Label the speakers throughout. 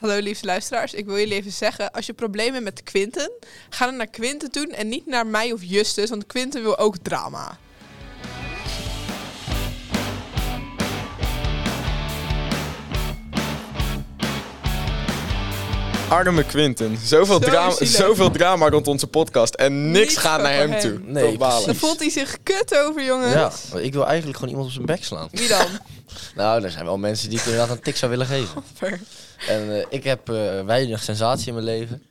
Speaker 1: Hallo liefste luisteraars, ik wil jullie even zeggen, als je problemen hebt met Quinten, ga dan naar Quinten toe en niet naar mij of Justus, want Quinten wil ook drama.
Speaker 2: Arme Quinten. Zoveel,
Speaker 1: Zo
Speaker 2: drama,
Speaker 1: zielig.
Speaker 2: zoveel drama rond onze podcast. En niks
Speaker 1: Niets
Speaker 2: gaat naar
Speaker 1: over
Speaker 2: hem
Speaker 1: hem.
Speaker 2: toe.
Speaker 3: Nee,
Speaker 2: Toch balen.
Speaker 1: Daar
Speaker 3: precies.
Speaker 1: voelt hij zich kut over, jongens.
Speaker 3: Ja, maar ik wil eigenlijk gewoon iemand op zijn bek slaan.
Speaker 1: Wie dan?
Speaker 3: Nou, er zijn wel mensen die ik inderdaad een tik zou willen geven. En eh, ik heb eh, weinig sensatie in mijn leven.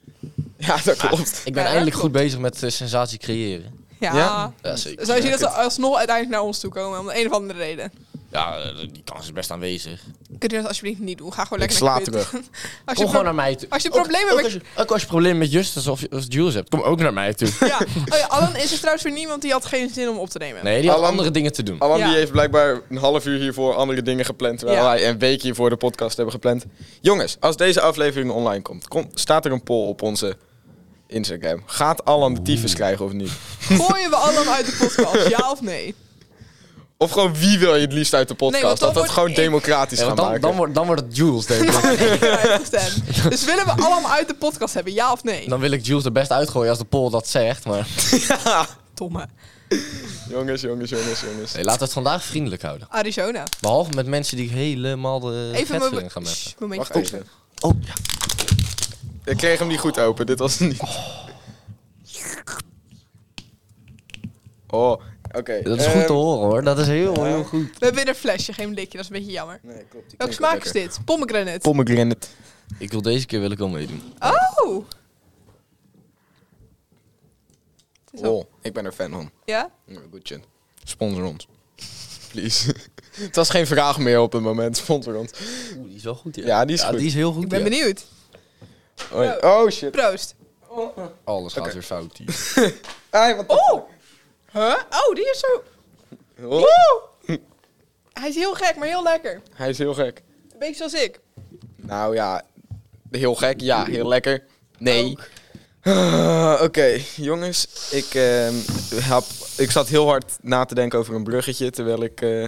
Speaker 2: Ja, dat klopt.
Speaker 3: Ik
Speaker 1: Ja,
Speaker 3: ben
Speaker 1: dat
Speaker 3: eindelijk
Speaker 1: klopt.
Speaker 3: goed bezig met eh, sensatie creëren.
Speaker 1: Ja.
Speaker 2: Ja?
Speaker 3: Ja, zeker.
Speaker 1: Zou je zien dat ze alsnog uiteindelijk naar ons toe komen, om de een of andere reden.
Speaker 3: Ja, eh, die kans is best aanwezig.
Speaker 1: Kun je dat alsjeblieft niet doen? Ga gewoon
Speaker 2: Ik
Speaker 1: lekker
Speaker 2: sla
Speaker 1: naar Quinten.
Speaker 2: terug.
Speaker 1: Als je
Speaker 3: Kom
Speaker 1: pro-
Speaker 3: gewoon naar mij toe.
Speaker 1: als je
Speaker 3: Ook-
Speaker 1: problemen
Speaker 3: ook,
Speaker 1: met-
Speaker 3: als je, ook als je problemen met Justus of, of Jules hebt, kom ook naar mij toe.
Speaker 1: Ja. Oh ja, Alan is er trouwens weer niemand die had geen zin om op te nemen.
Speaker 3: Nee, die had
Speaker 2: Alan-
Speaker 3: andere dingen te doen.
Speaker 2: Alan die
Speaker 1: Ja.
Speaker 2: heeft blijkbaar een half uur hiervoor andere dingen gepland. Terwijl
Speaker 1: Ja.
Speaker 2: wij een week hiervoor de podcast hebben gepland. Jongens, als deze aflevering online komt, kom- staat er een poll op onze Instagram. Gaat Alan de tyfus krijgen of niet?
Speaker 1: Gooien we Alan uit de podcast, ja of nee?
Speaker 2: Of gewoon wie wil je het liefst uit de podcast?
Speaker 1: want dan
Speaker 2: dat dat
Speaker 1: word
Speaker 2: gewoon
Speaker 1: ik-
Speaker 2: democratisch
Speaker 3: Ja,
Speaker 2: gaan
Speaker 3: want dan,
Speaker 2: maken.
Speaker 3: dan, wordt, dan wordt het Jules, denk ik.
Speaker 1: Ja, gestemd. Dus willen we Alan uit de podcast hebben, ja of nee?
Speaker 3: Dan wil ik Jules er best uitgooien als de poll dat zegt. Maar
Speaker 1: Domme.
Speaker 2: Jongens, jongens, jongens, jongens.
Speaker 3: nee, laten we het vandaag vriendelijk houden.
Speaker 1: Arizona.
Speaker 3: Behalve met mensen die helemaal de
Speaker 1: Even
Speaker 3: vet
Speaker 1: een
Speaker 3: willen gaan meppen.
Speaker 2: Wacht
Speaker 1: momentje.
Speaker 2: even.
Speaker 3: Oh, ja.
Speaker 2: Ik kreeg hem niet goed open. Dit was niet. Oh, oké. ehm,
Speaker 3: Dat is goed te horen hoor. Dat is heel, heel goed.
Speaker 1: We hebben weer een flesje, geen blikje, dat is een beetje jammer.
Speaker 2: Nee, klopt.
Speaker 1: Welke smaak is dit? Pomegranate.
Speaker 2: Pomegranate.
Speaker 3: Ik wil deze keer wil ik wel meedoen.
Speaker 1: Oh! Is wel-
Speaker 2: Oh, ik ben er fan van.
Speaker 1: Ja?
Speaker 2: Ja, Goed Nou, shit. Sponsor ons. Please. het was geen vraag meer op het moment. Sponsor ons.
Speaker 3: Oeh, die is wel goed.
Speaker 2: Ja, die is goed.
Speaker 3: die is heel goed.
Speaker 1: Ik ben
Speaker 3: ja.
Speaker 1: benieuwd.
Speaker 2: Oh, ja. Oh, shit.
Speaker 1: Proost.
Speaker 3: Alles gaat weer fout hier.
Speaker 2: Ai, wat
Speaker 1: Oh! Huh? Oh, die is zo...
Speaker 2: Oh.
Speaker 1: Woe! Hij is heel gek, maar heel lekker.
Speaker 2: Hij is heel gek.
Speaker 1: Een beetje zoals ik.
Speaker 2: Nou ja, heel gek. Ja, heel lekker. Nee.
Speaker 1: Ook.
Speaker 2: Ah, Oké, jongens. Ik, ehm, heb, ik zat heel hard na te denken over een bruggetje. Terwijl ik. eh,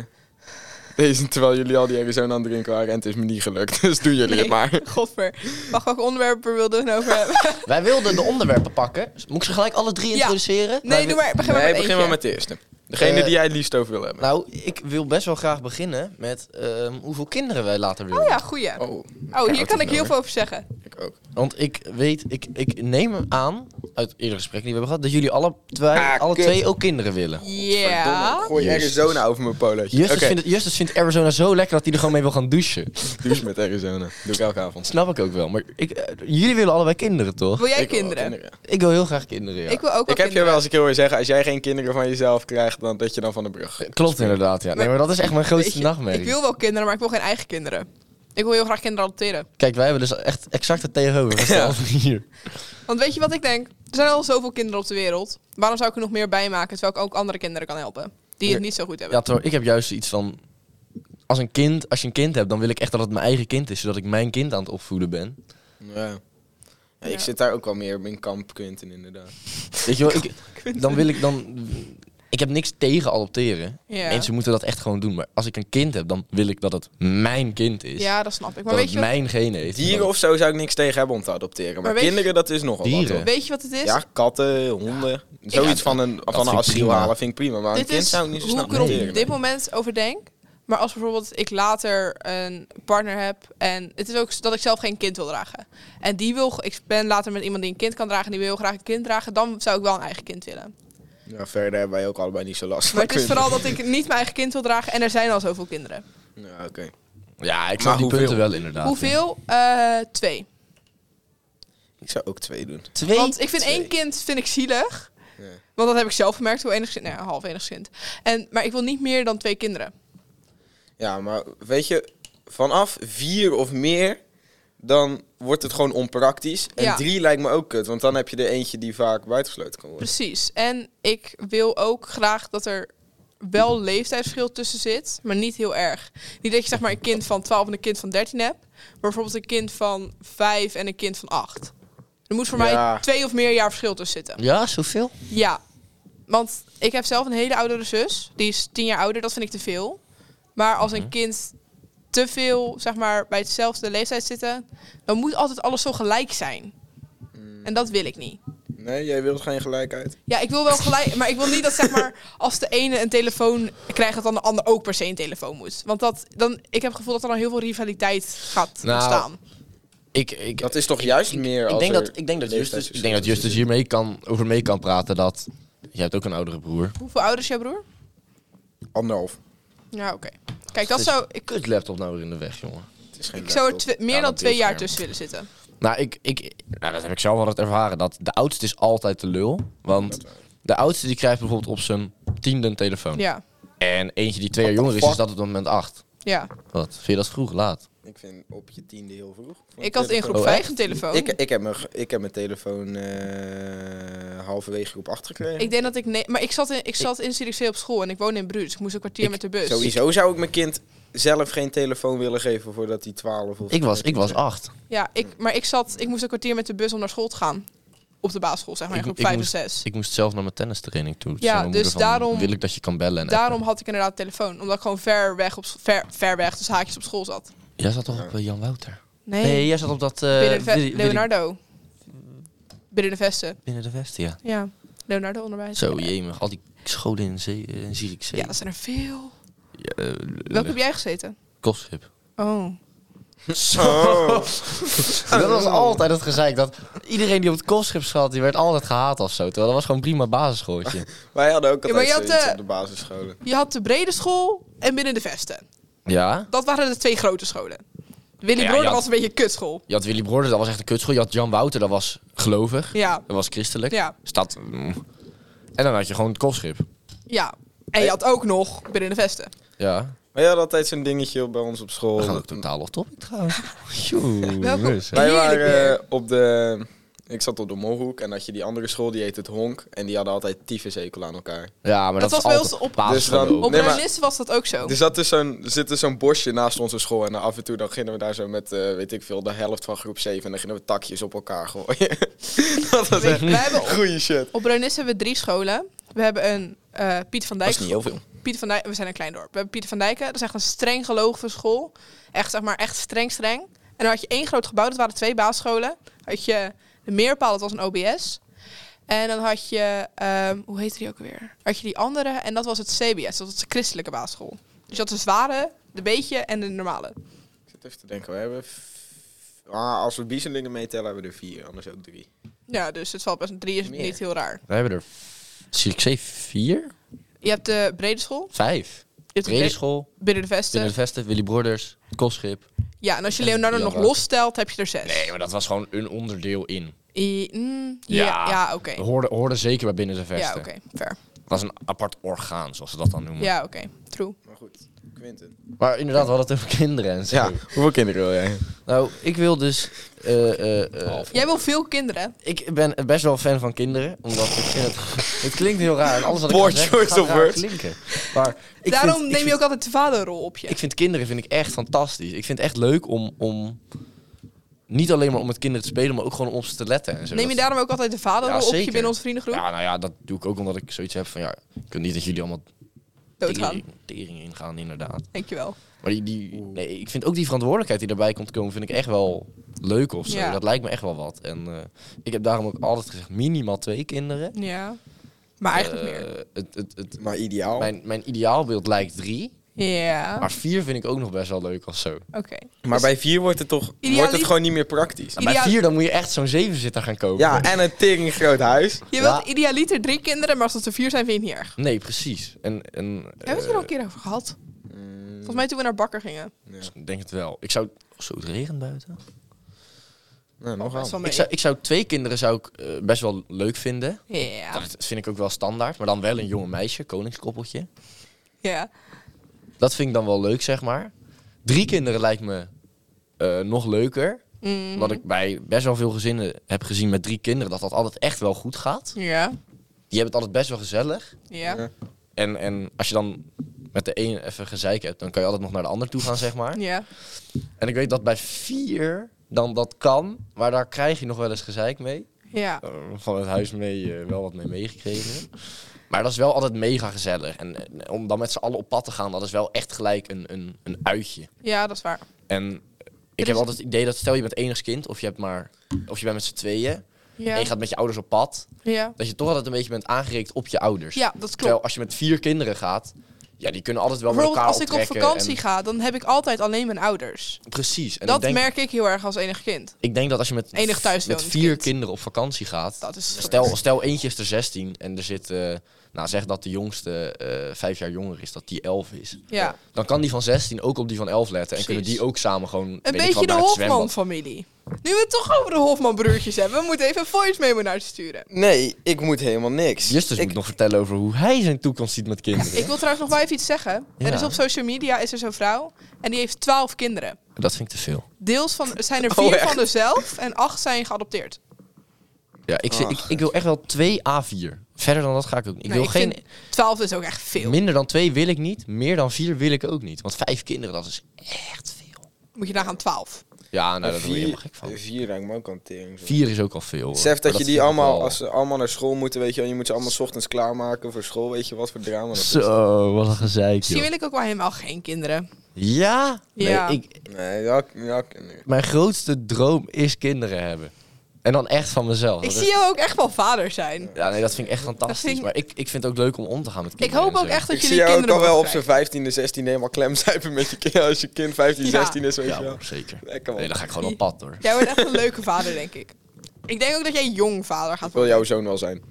Speaker 2: deze, terwijl jullie al die Arizona aan het drinken waren. En het is me niet gelukt. Dus doen jullie
Speaker 1: Nee.
Speaker 2: het maar.
Speaker 1: Godver. Mag welk onderwerp er wilden we het over hebben?
Speaker 3: Wij wilden de onderwerpen pakken. Moet ik ze gelijk alle drie
Speaker 1: Ja.
Speaker 3: introduceren?
Speaker 1: Nee, doe maar. Begin maar
Speaker 2: nee,
Speaker 1: met
Speaker 2: begin
Speaker 1: eentje.
Speaker 2: maar met de eerste. Degene
Speaker 3: Eh,
Speaker 2: die jij het liefst over wil hebben.
Speaker 3: Nou, ik wil best wel graag beginnen met ehm, hoeveel kinderen wij later willen.
Speaker 1: Oh ja, goeie.
Speaker 2: oh,
Speaker 1: Oh, hier
Speaker 2: dat
Speaker 1: kan
Speaker 2: is
Speaker 1: ik heel
Speaker 2: mooi.
Speaker 1: veel over zeggen.
Speaker 2: ik ook.
Speaker 3: Want ik weet, ik, ik neem aan, uit eerdere gesprekken die we hebben gehad, dat jullie alle, twee,
Speaker 2: Ah,
Speaker 3: alle
Speaker 2: kut.
Speaker 3: twee ook kinderen willen.
Speaker 2: Verdomme,
Speaker 1: Ja.
Speaker 2: Gooi
Speaker 3: Jezus.
Speaker 2: Arizona over mijn polootje.
Speaker 3: Justus,
Speaker 2: Oké,
Speaker 3: vindt, het- Justus vindt Arizona zo lekker dat hij er gewoon mee wil gaan douchen.
Speaker 2: douche met Arizona. Doe ik elke avond.
Speaker 3: Dat snap ik ook wel. Maar ik, eh, jullie willen allebei kinderen, toch?
Speaker 1: Wil jij
Speaker 2: Ik wil wel
Speaker 1: kinderen?
Speaker 3: Ik wil heel graag kinderen, ja.
Speaker 1: Ik wil ook wel
Speaker 2: Ik heb je
Speaker 1: kinderen.
Speaker 2: wel eens een keer horen zeggen, als jij geen kinderen van jezelf krijgt, dan dat je dan van de brug.
Speaker 3: Klopt inderdaad, ja. Nee, maar dat is echt mijn
Speaker 1: Weet
Speaker 3: grootste
Speaker 1: je,
Speaker 3: nachtmerrie.
Speaker 1: Ik wil wel kinderen, maar ik wil geen eigen kinderen. Ik wil heel graag kinderen adopteren.
Speaker 3: Kijk, wij hebben dus echt exact het tegenovergestelde hier.
Speaker 1: Want weet je wat ik denk? Er zijn al zoveel kinderen op de wereld. Waarom zou ik er nog meer bij maken, terwijl ik ook andere kinderen kan helpen? Die het
Speaker 3: Ja.
Speaker 1: niet zo goed hebben.
Speaker 3: Ja, terwijl ik heb juist iets van... Als, een kind, als je een kind hebt, dan wil ik echt dat het mijn eigen kind is. Zodat ik mijn kind aan het opvoeden ben.
Speaker 2: Ja. Ja,
Speaker 1: Ja.
Speaker 2: Ik zit daar ook wel meer in kamp Quinten, inderdaad.
Speaker 3: Weet je wel, ik, dan wil ik dan... Ik heb niks tegen adopteren.
Speaker 1: Ja.
Speaker 3: Mensen moeten dat echt gewoon doen. Maar als ik een kind heb, dan wil ik dat het mijn kind is.
Speaker 1: Ja, dat snap ik. Maar
Speaker 3: dat
Speaker 1: weet
Speaker 3: het
Speaker 1: je, wat,
Speaker 3: mijn genen heeft.
Speaker 2: Dieren of zo zou ik niks tegen hebben om te adopteren. Maar,
Speaker 1: Maar weet je-
Speaker 2: kinderen, dat is nogal
Speaker 3: Dieren.
Speaker 2: wat.
Speaker 1: weet je wat het is?
Speaker 2: hoor. Ja, katten, honden. Zoiets
Speaker 3: Ja,
Speaker 2: van een, van
Speaker 3: vind
Speaker 2: een
Speaker 3: ik
Speaker 2: asiel
Speaker 3: prima.
Speaker 2: halen vind ik prima. Maar een
Speaker 1: dit
Speaker 2: kind
Speaker 1: is
Speaker 2: zou ik niet zo
Speaker 1: hoe
Speaker 2: snel
Speaker 1: ik er op
Speaker 2: adopteren.
Speaker 1: dit moment over denk. Maar als bijvoorbeeld ik later een partner heb en het is ook dat ik zelf geen kind wil dragen. En die wil, ik ben later met iemand die een kind kan dragen en die wil heel graag een kind dragen, dan zou ik wel een eigen kind willen.
Speaker 2: Ja, verder hebben wij ook allebei niet zo last
Speaker 1: Maar
Speaker 2: van
Speaker 1: het is
Speaker 2: kinderen.
Speaker 1: vooral dat ik niet mijn eigen kind wil dragen en er zijn al zoveel kinderen.
Speaker 2: Ja, oké.
Speaker 3: Ja, ik
Speaker 2: Maar
Speaker 3: snap die
Speaker 2: hoeveel?
Speaker 3: punten wel inderdaad.
Speaker 1: Hoeveel? Eh, twee.
Speaker 2: Ik zou ook twee doen.
Speaker 3: Twee?
Speaker 1: Want ik vind
Speaker 2: Twee.
Speaker 1: één kind vind ik zielig.
Speaker 2: Ja.
Speaker 1: Want dat heb ik zelf gemerkt, hoe enigszins, nou, ja, half enigszins. En, maar ik wil niet meer dan twee kinderen.
Speaker 2: Ja, maar weet je, vanaf vier of meer, dan wordt het gewoon onpraktisch. En
Speaker 1: Ja.
Speaker 2: drie lijkt me ook kut, want dan heb je er eentje die vaak buitengesloten kan worden.
Speaker 1: Precies. En ik wil ook graag dat er wel leeftijdsverschil tussen zit, maar niet heel erg. Niet dat je zeg maar een kind van 12 en een kind van 13 hebt, maar bijvoorbeeld een kind van 5 en een kind van 8. Er moet voor
Speaker 2: Ja.
Speaker 1: mij twee of meer jaar verschil tussen zitten.
Speaker 3: Ja, zoveel?
Speaker 1: Ja, want ik
Speaker 3: Mhm.
Speaker 1: heb zelf een hele oudere zus. Die is tien jaar ouder, dat vind ik te veel. Maar als een kind te veel zeg maar, bij hetzelfde leeftijd zitten, dan moet altijd alles zo gelijk zijn.
Speaker 3: Mm.
Speaker 1: En dat wil ik niet.
Speaker 2: Nee, jij wilt geen gelijkheid.
Speaker 1: Ja, ik wil wel gelijk, maar ik wil niet dat zeg maar als de ene een telefoon krijgt, dat dan de ander ook per se een telefoon moet. Want dat, dan, ik heb het gevoel dat er dan heel veel rivaliteit gaat
Speaker 3: Nou,
Speaker 1: ontstaan.
Speaker 3: Ik, ik,
Speaker 2: Dat is toch juist meer
Speaker 3: ik
Speaker 2: als
Speaker 3: denk
Speaker 2: er
Speaker 3: dat, ik denk dat Justus, ik denk
Speaker 2: leeftijdsverschil
Speaker 3: dat Justus
Speaker 2: tussen
Speaker 3: hiermee kan, over mee kan praten dat... Jij hebt ook een oudere broer.
Speaker 1: Hoeveel ouders is jouw broer?
Speaker 2: zit. Anderhalf.
Speaker 1: Ja, oké. Kijk, dat
Speaker 3: Dus-
Speaker 1: zou ik,
Speaker 3: Kut laptop nou weer in de weg, jongen.
Speaker 2: Het is geen
Speaker 1: ik zou er
Speaker 2: laptop.
Speaker 1: twe- meer
Speaker 3: Ja,
Speaker 1: dan
Speaker 3: dat
Speaker 1: twee jaar
Speaker 3: beeldscherm.
Speaker 1: tussen willen zitten.
Speaker 3: Nou, ik, ik, nou, dat heb ik zelf altijd ervaren. Dat de oudste is altijd de lul. Want de oudste die krijgt bijvoorbeeld op zijn tiende een telefoon.
Speaker 1: Ja,
Speaker 3: En eentje die twee jaar
Speaker 2: What the
Speaker 3: jonger
Speaker 2: fuck?
Speaker 3: is, is dat op dat moment acht.
Speaker 1: ja.
Speaker 3: Wat? Vind je dat vroeg, laat?
Speaker 2: Ik vind op je tiende heel vroeg. Voor
Speaker 1: Ik
Speaker 2: een
Speaker 1: had in groep
Speaker 3: Oh,
Speaker 1: vijf
Speaker 3: echt?
Speaker 1: een telefoon.
Speaker 2: Ik,
Speaker 1: Ik,
Speaker 2: ik, heb mijn, ge- ik heb mijn telefoon eh, halverwege groep 8 gekregen.
Speaker 1: denk dat ik nee, maar ik zat in, ik zat in Zierikzee op school en ik woonde in Bruges. ik moest een kwartier
Speaker 3: Ik-
Speaker 1: met de bus.
Speaker 2: Sowieso zou ik mijn kind zelf geen telefoon willen geven voordat hij 12 of
Speaker 3: Ik was, ik was
Speaker 2: 13
Speaker 3: acht.
Speaker 1: Ja, ik, maar ik zat, ik moest een kwartier met de bus om naar school te gaan. Op de basisschool, zeg maar, in
Speaker 3: Ik-
Speaker 1: groep
Speaker 3: ik
Speaker 1: 5 en
Speaker 3: moest-
Speaker 1: 6.
Speaker 3: Ik moest zelf naar mijn tennistraining toe. Toen
Speaker 1: Ja,
Speaker 3: zei mijn moeder
Speaker 1: dus
Speaker 3: van,
Speaker 1: daarom-
Speaker 3: Wil ik dat je kan bellen en
Speaker 1: Daarom had ik inderdaad telefoon, omdat ik gewoon ver weg, op, s- ver, ver weg, dus haakjes op school zat.
Speaker 3: appen. Jij zat toch op eh, Jan Wouter?
Speaker 1: Nee,
Speaker 3: Nee, jij zat op dat... eh,
Speaker 1: binnen de ve-
Speaker 3: Willy- Mm. Willy-
Speaker 1: Leonardo. Binnen de vesten,
Speaker 3: Binnen de Westen, ja.
Speaker 1: ja. Leonardo onderwijs.
Speaker 3: Zo, jemig. Al die scholen in, zee, eh, in Zierikzee.
Speaker 1: Ja, dat zijn er veel.
Speaker 3: Ja, eh,
Speaker 1: Welke heb jij gezeten?
Speaker 3: Kostschip.
Speaker 1: Oh.
Speaker 2: Oh.
Speaker 3: Dat was altijd het gezeik. Dat iedereen die op het kostschip zat, die werd altijd gehaat of zo. Terwijl dat was gewoon prima basisschooltje.
Speaker 2: Wij hadden ook
Speaker 1: Ja, maar
Speaker 2: altijd
Speaker 1: je had,
Speaker 2: zoiets
Speaker 1: eh,
Speaker 2: op de basisscholen.
Speaker 1: Je had de brede school en binnen de vesten.
Speaker 3: ja?
Speaker 1: Dat waren de twee grote scholen. Willy
Speaker 3: Ja,
Speaker 1: Broder
Speaker 3: je had-
Speaker 1: was een beetje een kutschool.
Speaker 3: Je had Willy Broders, dat was echt een kutschool. Je had Jan Wouter, dat was gelovig.
Speaker 1: Ja,
Speaker 3: Dat was christelijk.
Speaker 1: ja,
Speaker 3: Stad. mm. En dan had je gewoon het kostschip.
Speaker 1: ja. En je had ook nog binnen de vesten.
Speaker 3: Ja.
Speaker 2: Maar je had altijd zo'n dingetje op- bij ons op school.
Speaker 3: We gaan ook totaal off topic trouwens. Joe,
Speaker 1: Welkom.
Speaker 3: jongens, hè.
Speaker 2: Wij
Speaker 1: Heerlijk
Speaker 2: waren
Speaker 1: weer.
Speaker 2: eh, op de... Ik zat op de Molhoek en had je die andere school, die heet het Honk. En die hadden altijd tyfushekel aan elkaar.
Speaker 3: Ja, maar dat,
Speaker 1: Dat
Speaker 3: is
Speaker 1: was bij ons
Speaker 3: altijd
Speaker 1: op-
Speaker 3: basisschool
Speaker 2: Dus dan-
Speaker 3: ook.
Speaker 1: Op
Speaker 2: Nee, maar-
Speaker 1: Reunisse was dat ook zo.
Speaker 2: Er zat dus zo'n, er zit dus zo'n bosje naast onze school. En dan af en toe dan gingen we daar zo met, eh, weet ik veel, de helft van groep 7. En dan gingen we takjes op elkaar gooien. dat was
Speaker 1: Weet-
Speaker 2: echt
Speaker 1: wij hebben op,
Speaker 2: goeie shit.
Speaker 1: op Reunisse hebben we drie scholen. We hebben een eh Pieter van Dijk.
Speaker 2: veel.
Speaker 1: Pieter van Dijk, we zijn een klein dorp. We hebben Pieter van Dijken, dat is echt een streng gelovige school. Echt, zeg maar, echt streng, streng. En dan had je één groot gebouw, dat waren twee basisscholen. Had je de Meerpaal, dat was een OBS. En dan had je, ehm, hoe heette die ook weer? Had je die andere, en dat was het CBS, dat was de christelijke basisschool. Dus je had de zware, de beetje en de normale.
Speaker 2: Ik zit even te denken, we hebben... v- Ah, als we biezelingen meetellen, hebben we er vier. Anders ook drie.
Speaker 1: Ja, dus het valt best drie is
Speaker 2: Meer.
Speaker 1: niet heel raar.
Speaker 3: Wij hebben er, zie ik, zee, vier?
Speaker 1: Je hebt de brede school,
Speaker 3: Vijf.
Speaker 1: je hebt de
Speaker 3: Brede
Speaker 1: bre-
Speaker 3: school,
Speaker 1: binnen de vesten.
Speaker 3: binnen de vesten, Willy Broders, kostschip.
Speaker 1: Ja, en als je
Speaker 3: En
Speaker 1: Leonardo
Speaker 3: Jan
Speaker 1: nog
Speaker 3: Wouter.
Speaker 1: losstelt, heb je er zes.
Speaker 3: Nee, maar dat was gewoon een onderdeel in.
Speaker 1: I- mm,
Speaker 3: Ja.
Speaker 1: ja, ja oké.
Speaker 3: We hoorden, hoorden zeker bij binnen de
Speaker 1: Ja, oké,
Speaker 3: vesten.
Speaker 1: fair.
Speaker 3: Dat was een apart orgaan, zoals ze dat dan noemen.
Speaker 1: Ja, oké. True.
Speaker 2: Maar goed, Quinten.
Speaker 3: Maar inderdaad, we hadden het over kinderen en zo.
Speaker 2: Ja, hoeveel kinderen wil jij?
Speaker 3: Nou, ik wil dus... eh, eh, eh,
Speaker 1: Jij wil veel kinderen.
Speaker 3: Ik ben best wel fan van kinderen, omdat ik vind het... Het klinkt heel raar, en alles wat ik
Speaker 2: Poor
Speaker 3: ga zeggen
Speaker 2: choice
Speaker 3: gaat
Speaker 2: of
Speaker 3: raar
Speaker 2: words.
Speaker 3: klinken. Maar ik
Speaker 1: Daarom
Speaker 3: vind- ik
Speaker 1: neem je ook altijd de vaderrol op je.
Speaker 3: Ik vind kinderen vind ik echt fantastisch. Ik vind het echt leuk om, om niet alleen maar om met kinderen te spelen, maar ook gewoon om op ze te letten. En zo.
Speaker 1: neem je
Speaker 3: Dat-
Speaker 1: daarom ook altijd de vaderrol
Speaker 3: Ja,
Speaker 1: op je
Speaker 3: zeker.
Speaker 1: binnen onze vriendengroep?
Speaker 3: Ja, nou ja, dat doe ik ook omdat ik zoiets heb van ja, ik wil niet dat jullie allemaal
Speaker 1: Doodgaan.
Speaker 3: tering- tering ingaan, inderdaad.
Speaker 1: Dankjewel.
Speaker 3: Maar die, die, nee, ik vind ook die verantwoordelijkheid die daarbij komt komen, vind ik echt wel leuk of zo.
Speaker 1: Ja.
Speaker 3: Dat lijkt me echt wel wat. En eh, ik heb daarom ook altijd gezegd minimaal twee kinderen.
Speaker 1: Ja. Maar eigenlijk meer.
Speaker 3: Eh, Het, het, het,
Speaker 2: Maar ideaal.
Speaker 3: mijn, mijn ideaalbeeld lijkt drie,
Speaker 1: Oh. Ja.
Speaker 3: Eh, maar vier vind ik ook nog best wel leuk of zo.
Speaker 1: Oké. Dus
Speaker 2: Maar bij vier wordt het toch wordt het
Speaker 1: Idealie-
Speaker 2: gewoon niet meer praktisch.
Speaker 3: Nou, bij
Speaker 1: Ideaal-
Speaker 3: vier dan moet je echt zo'n zevenzitter gaan kopen.
Speaker 2: Ja, en een tering groot huis.
Speaker 1: Je
Speaker 3: Ja.
Speaker 1: wilt idealiter drie kinderen, maar als het er vier zijn, vind je het niet erg.
Speaker 3: Nee, precies. En, en,
Speaker 1: We hebben het
Speaker 3: eh,
Speaker 1: hier al een keer over gehad.
Speaker 3: Mm,
Speaker 1: Volgens mij toen we naar Bakker
Speaker 3: Oh,
Speaker 1: gingen.
Speaker 2: Ja.
Speaker 3: eh, Ik denk het wel. Ik zou... Zo, het regent buiten.
Speaker 2: Nou,
Speaker 1: Best wel
Speaker 2: nogal.
Speaker 1: mee.
Speaker 3: Ik zou, ik zou twee kinderen zou ik, eh, best wel leuk vinden.
Speaker 1: Ja.
Speaker 3: Dat vind ik ook wel standaard. Maar dan wel een jonge meisje, koningskoppeltje.
Speaker 1: Ja.
Speaker 3: Dat vind ik dan wel leuk, zeg maar. Drie kinderen lijkt me eh, nog leuker.
Speaker 1: Mm.
Speaker 3: Omdat ik bij best wel veel gezinnen heb gezien met drie kinderen... dat dat altijd echt wel goed gaat.
Speaker 1: Ja.
Speaker 3: Die hebben het altijd best wel gezellig.
Speaker 1: Ja.
Speaker 3: En, en als je dan met de een even gezeik hebt... dan kan je altijd nog naar de ander toe gaan, zeg maar.
Speaker 1: Ja.
Speaker 3: En ik weet dat bij vier dan dat kan, maar daar krijg je nog wel eens gezeik mee.
Speaker 1: Ja.
Speaker 3: Eh, van het huis mee eh, wel wat mee meegekregen. Maar dat is wel altijd mega gezellig. En eh, om dan met z'n allen op pad te gaan, dat is wel echt gelijk een, een, een uitje.
Speaker 1: Ja, dat is waar.
Speaker 3: En ik
Speaker 1: Er
Speaker 3: heb
Speaker 1: is-
Speaker 3: altijd het idee dat stel je bent enigskind of je, hebt maar, of je bent met z'n tweeën
Speaker 1: Ja,
Speaker 3: en je gaat met je ouders op pad,
Speaker 1: ja.
Speaker 3: dat je toch altijd een beetje bent aangereikt op je ouders.
Speaker 1: ja dat klopt.
Speaker 3: Terwijl als je met vier kinderen gaat, ja, die kunnen altijd wel met
Speaker 1: Bijvoorbeeld
Speaker 3: elkaar
Speaker 1: als ik op
Speaker 3: optrekken
Speaker 1: vakantie
Speaker 3: en-
Speaker 1: ga, dan heb ik altijd alleen mijn ouders.
Speaker 3: Precies. En ik,
Speaker 1: dat
Speaker 3: denk,
Speaker 1: merk ik heel erg als enig kind.
Speaker 3: ik denk dat als je met,
Speaker 1: Enig
Speaker 3: met
Speaker 1: thuiswonend
Speaker 3: vier
Speaker 1: kind.
Speaker 3: kinderen op vakantie gaat,
Speaker 1: Dat is
Speaker 3: Stel, stel eentje is er 16 en er zit, eh, nou zeg dat de jongste eh, vijf jaar jonger is, dat die 11 is.
Speaker 1: ja.
Speaker 3: Dan kan die van 16 ook op die van 11 letten en
Speaker 1: Precies.
Speaker 3: kunnen die ook samen gewoon
Speaker 1: een
Speaker 3: weet ik wat,
Speaker 1: beetje de
Speaker 3: naar het zwembad.
Speaker 1: Hofman-familie. Nu we het toch over de Hofman-broertjes hebben, we moeten even een voice memo naar ze sturen.
Speaker 2: Nee, ik moet helemaal niks.
Speaker 3: Justus
Speaker 2: ik,
Speaker 3: moet nog vertellen over hoe hij zijn toekomst ziet met kinderen.
Speaker 1: Ik wil trouwens nog wel even iets zeggen.
Speaker 3: Ja.
Speaker 1: Er is op social media is er zo'n vrouw en die heeft twaalf kinderen.
Speaker 3: Dat vind ik te veel.
Speaker 1: Deels van, zijn er
Speaker 2: Oh,
Speaker 1: vier
Speaker 2: echt?
Speaker 1: van zelf en acht zijn geadopteerd.
Speaker 3: Ja, ik, zie-
Speaker 2: Ach.
Speaker 3: ik, ik wil echt wel 2 A4. Verder dan dat ga ik ook niet. Ik
Speaker 1: Nee,
Speaker 3: wil
Speaker 1: ik
Speaker 3: geen,
Speaker 1: vind Twaalf is ook echt veel.
Speaker 3: minder dan 2 wil ik niet, meer dan 4 wil ik ook niet. Want vijf kinderen, dat is echt veel.
Speaker 1: Moet je nagaan twaalf.
Speaker 3: Ja, nou, daar word je
Speaker 2: vier,
Speaker 3: helemaal gek van.
Speaker 2: vier lijkt me ook aan tering.
Speaker 3: Vier is ook al veel. hoor.
Speaker 2: Besef
Speaker 3: Maar
Speaker 2: dat je
Speaker 3: vind
Speaker 2: die
Speaker 3: ik
Speaker 2: allemaal,
Speaker 3: wel-
Speaker 2: als ze allemaal naar school moeten, weet je wel, je moet ze allemaal 's ochtends klaarmaken voor school, weet je wat voor drama dat is.
Speaker 3: Zo, wat een gezeik,
Speaker 1: Misschien
Speaker 3: joh.
Speaker 1: wil ik ook wel helemaal geen kinderen.
Speaker 3: Ja?
Speaker 1: Ja.
Speaker 3: Nee, ik,
Speaker 2: Nee, ja, ja, nee.
Speaker 3: mijn grootste droom is kinderen hebben. En dan echt van mezelf.
Speaker 1: Ik
Speaker 3: Dat-
Speaker 1: zie jou ook echt wel vader zijn.
Speaker 3: Ja, nee, dat vind ik echt fantastisch.
Speaker 1: vind ik-
Speaker 3: Maar ik, ik vind het ook leuk om om te gaan met
Speaker 1: Ik
Speaker 3: kinderen.
Speaker 1: hoop
Speaker 3: en
Speaker 1: ook
Speaker 3: zo.
Speaker 1: echt dat
Speaker 2: Ik
Speaker 1: jullie
Speaker 2: zie jou ook
Speaker 1: kinderen
Speaker 2: al wel op
Speaker 1: mogen
Speaker 2: zijn 15e, 16e helemaal klemzuipen met je kind als je kind 15,
Speaker 1: Ja.
Speaker 2: 16 is, weet
Speaker 3: Ja,
Speaker 2: je wel.
Speaker 3: hoor, zeker.
Speaker 2: Lekker man.
Speaker 3: Nee, dan ga ik gewoon op pad, hoor.
Speaker 1: Jij wordt echt een leuke vader, denk ik. Ik denk ook dat jij jong vader gaat
Speaker 2: Ik wil
Speaker 1: worden.
Speaker 2: jouw zoon wel zijn.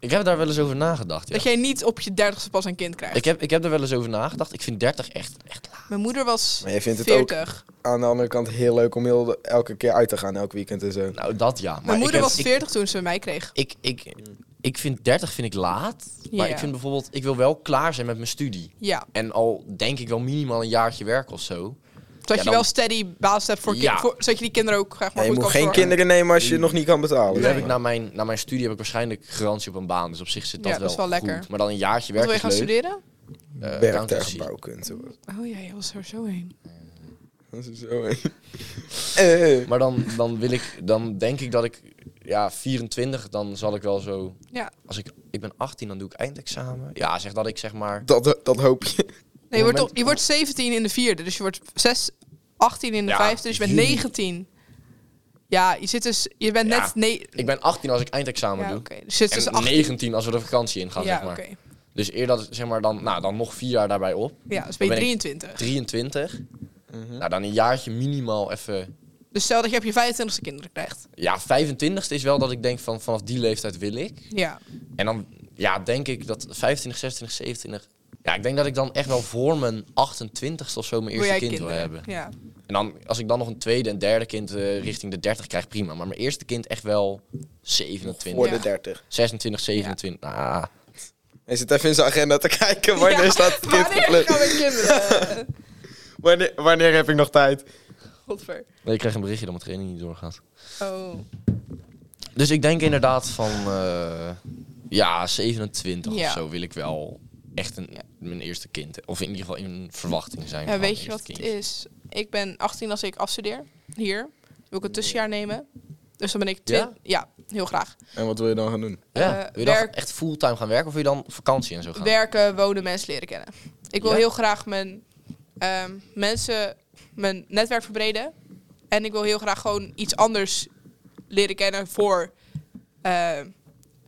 Speaker 3: Ik heb daar wel eens over nagedacht, ja.
Speaker 1: Dat jij niet op je dertigste pas een kind krijgt.
Speaker 3: Ik heb, ik heb er wel eens over nagedacht. Ik vind 30 echt, echt laag.
Speaker 1: Mijn moeder was
Speaker 2: Maar je vindt het ook
Speaker 1: 40.
Speaker 2: aan de andere kant heel leuk om heel de- elke keer uit te gaan, elk weekend en zo.
Speaker 3: Nou, dat ja. Maar
Speaker 1: Mijn moeder
Speaker 3: ik heb-
Speaker 1: was
Speaker 3: ik-
Speaker 1: 40 toen ze mij kreeg.
Speaker 3: Ik, ik, ik, vind 30 vind ik laat. Maar
Speaker 1: Ja.
Speaker 3: ik vind bijvoorbeeld... Ik wil wel klaar zijn met mijn studie.
Speaker 1: Ja.
Speaker 3: En al denk ik wel minimaal een jaartje werk of zo.
Speaker 1: Zodat
Speaker 3: Ja,
Speaker 1: je
Speaker 3: dan-
Speaker 1: wel steady baas hebt voor, kind,
Speaker 3: Ja.
Speaker 1: voor- zodat je die kinderen ook graag maar
Speaker 2: En je
Speaker 1: goed
Speaker 2: moet
Speaker 1: kan
Speaker 2: geen
Speaker 1: zorgen.
Speaker 2: kinderen nemen als je het nog niet kan betalen.
Speaker 3: Nu
Speaker 1: Nee.
Speaker 2: zeg
Speaker 3: heb ik
Speaker 2: maar.
Speaker 3: na mijn, na mijn studie heb ik waarschijnlijk garantie op een baan. Dus op zich zit dat,
Speaker 1: Ja, dat is wel
Speaker 3: goed.
Speaker 1: lekker.
Speaker 3: Maar dan een jaartje
Speaker 1: Wat
Speaker 3: werk
Speaker 1: wil je
Speaker 3: is
Speaker 1: gaan
Speaker 3: leuk.
Speaker 1: studeren?
Speaker 3: Eh, accountancy.
Speaker 2: Werktuigbouwkunde. hoor.
Speaker 1: Oh ja, je was er zo heen.
Speaker 2: Dat is zo heen. Eh,
Speaker 3: Maar dan, dan wil ik, dan denk ik dat ik, ja, 24, dan zal ik wel zo.
Speaker 1: Ja.
Speaker 3: Als ik, ik ben 18, dan doe ik eindexamen. Ja, zeg dat ik zeg maar.
Speaker 2: dat, dat hoop je.
Speaker 1: Nee, je wordt,
Speaker 3: moment-
Speaker 1: op- je wordt 17 in de vierde, dus je wordt 6, 18 in de
Speaker 3: Ja,
Speaker 1: vijfde, dus je bent
Speaker 3: juni.
Speaker 1: 19. Ja, je, zit dus, je bent
Speaker 3: Ja.
Speaker 1: net... Nee,
Speaker 3: Ik ben 18 als ik eindexamen
Speaker 1: ja,
Speaker 3: doe.
Speaker 1: oké. Dus je zit dus
Speaker 3: en
Speaker 1: 18.
Speaker 3: 19 als we de vakantie ingaan,
Speaker 1: ja,
Speaker 3: zeg maar.
Speaker 1: oké.
Speaker 3: Dus eer dat, zeg maar, dan, nou, dan nog vier jaar daarbij op.
Speaker 1: Ja, dus
Speaker 3: Dan
Speaker 1: ben je
Speaker 3: ben ik-
Speaker 1: 23.
Speaker 3: 23. Nou, dan een jaartje minimaal even.
Speaker 1: Dus stel dat je op je 25ste kinderen krijgt.
Speaker 3: Ja, 25ste is wel dat ik denk van vanaf die leeftijd wil ik.
Speaker 1: Ja.
Speaker 3: En dan ja, denk ik dat 25, 26, 27. Ja, ik denk dat ik dan echt wel voor mijn 28ste of zo mijn
Speaker 1: Wil
Speaker 3: eerste
Speaker 1: jij
Speaker 3: kind
Speaker 1: kinderen?
Speaker 3: wil hebben.
Speaker 1: Ja.
Speaker 3: En dan, als ik dan nog een tweede en derde kind eh, richting de 30 krijg, prima. Maar mijn eerste kind echt wel 27,
Speaker 2: Voor
Speaker 1: Ja.
Speaker 2: de 30.
Speaker 3: 26, 27. Ah,
Speaker 2: Hij zit even in zijn agenda te kijken wanneer
Speaker 1: Ja,
Speaker 2: staat het kind
Speaker 1: Wanneer
Speaker 2: gepland.
Speaker 1: gaan we kinderen?
Speaker 2: Wanneer, wanneer heb ik nog tijd?
Speaker 1: Godver.
Speaker 3: nee, ik krijg een berichtje dat mijn training niet doorgaat.
Speaker 1: Oh.
Speaker 3: Dus ik denk inderdaad van, eh, ja, 27
Speaker 1: Ja.
Speaker 3: of zo wil ik wel echt een, mijn eerste kind. Of in ieder geval in verwachting zijn.
Speaker 1: Ja,
Speaker 3: van
Speaker 1: weet
Speaker 3: mijn
Speaker 1: je wat
Speaker 3: eerste
Speaker 1: het
Speaker 3: kind.
Speaker 1: is? Ik ben 18 als ik afstudeer. Hier. Wil ik een tussenjaar nemen. Dus dan ben ik
Speaker 3: Ja?
Speaker 1: 20. Ja? heel graag.
Speaker 2: En wat wil je dan gaan doen?
Speaker 3: Ja,
Speaker 1: Eh,
Speaker 3: wil je dan
Speaker 1: werk-
Speaker 3: echt fulltime gaan werken of wil je dan op vakantie en zo gaan?
Speaker 1: Werken, wonen, mensen leren kennen. Ik wil
Speaker 3: Ja?
Speaker 1: heel graag mijn ehm, mensen, mijn netwerk verbreden. En ik wil heel graag gewoon iets anders leren kennen voor eh,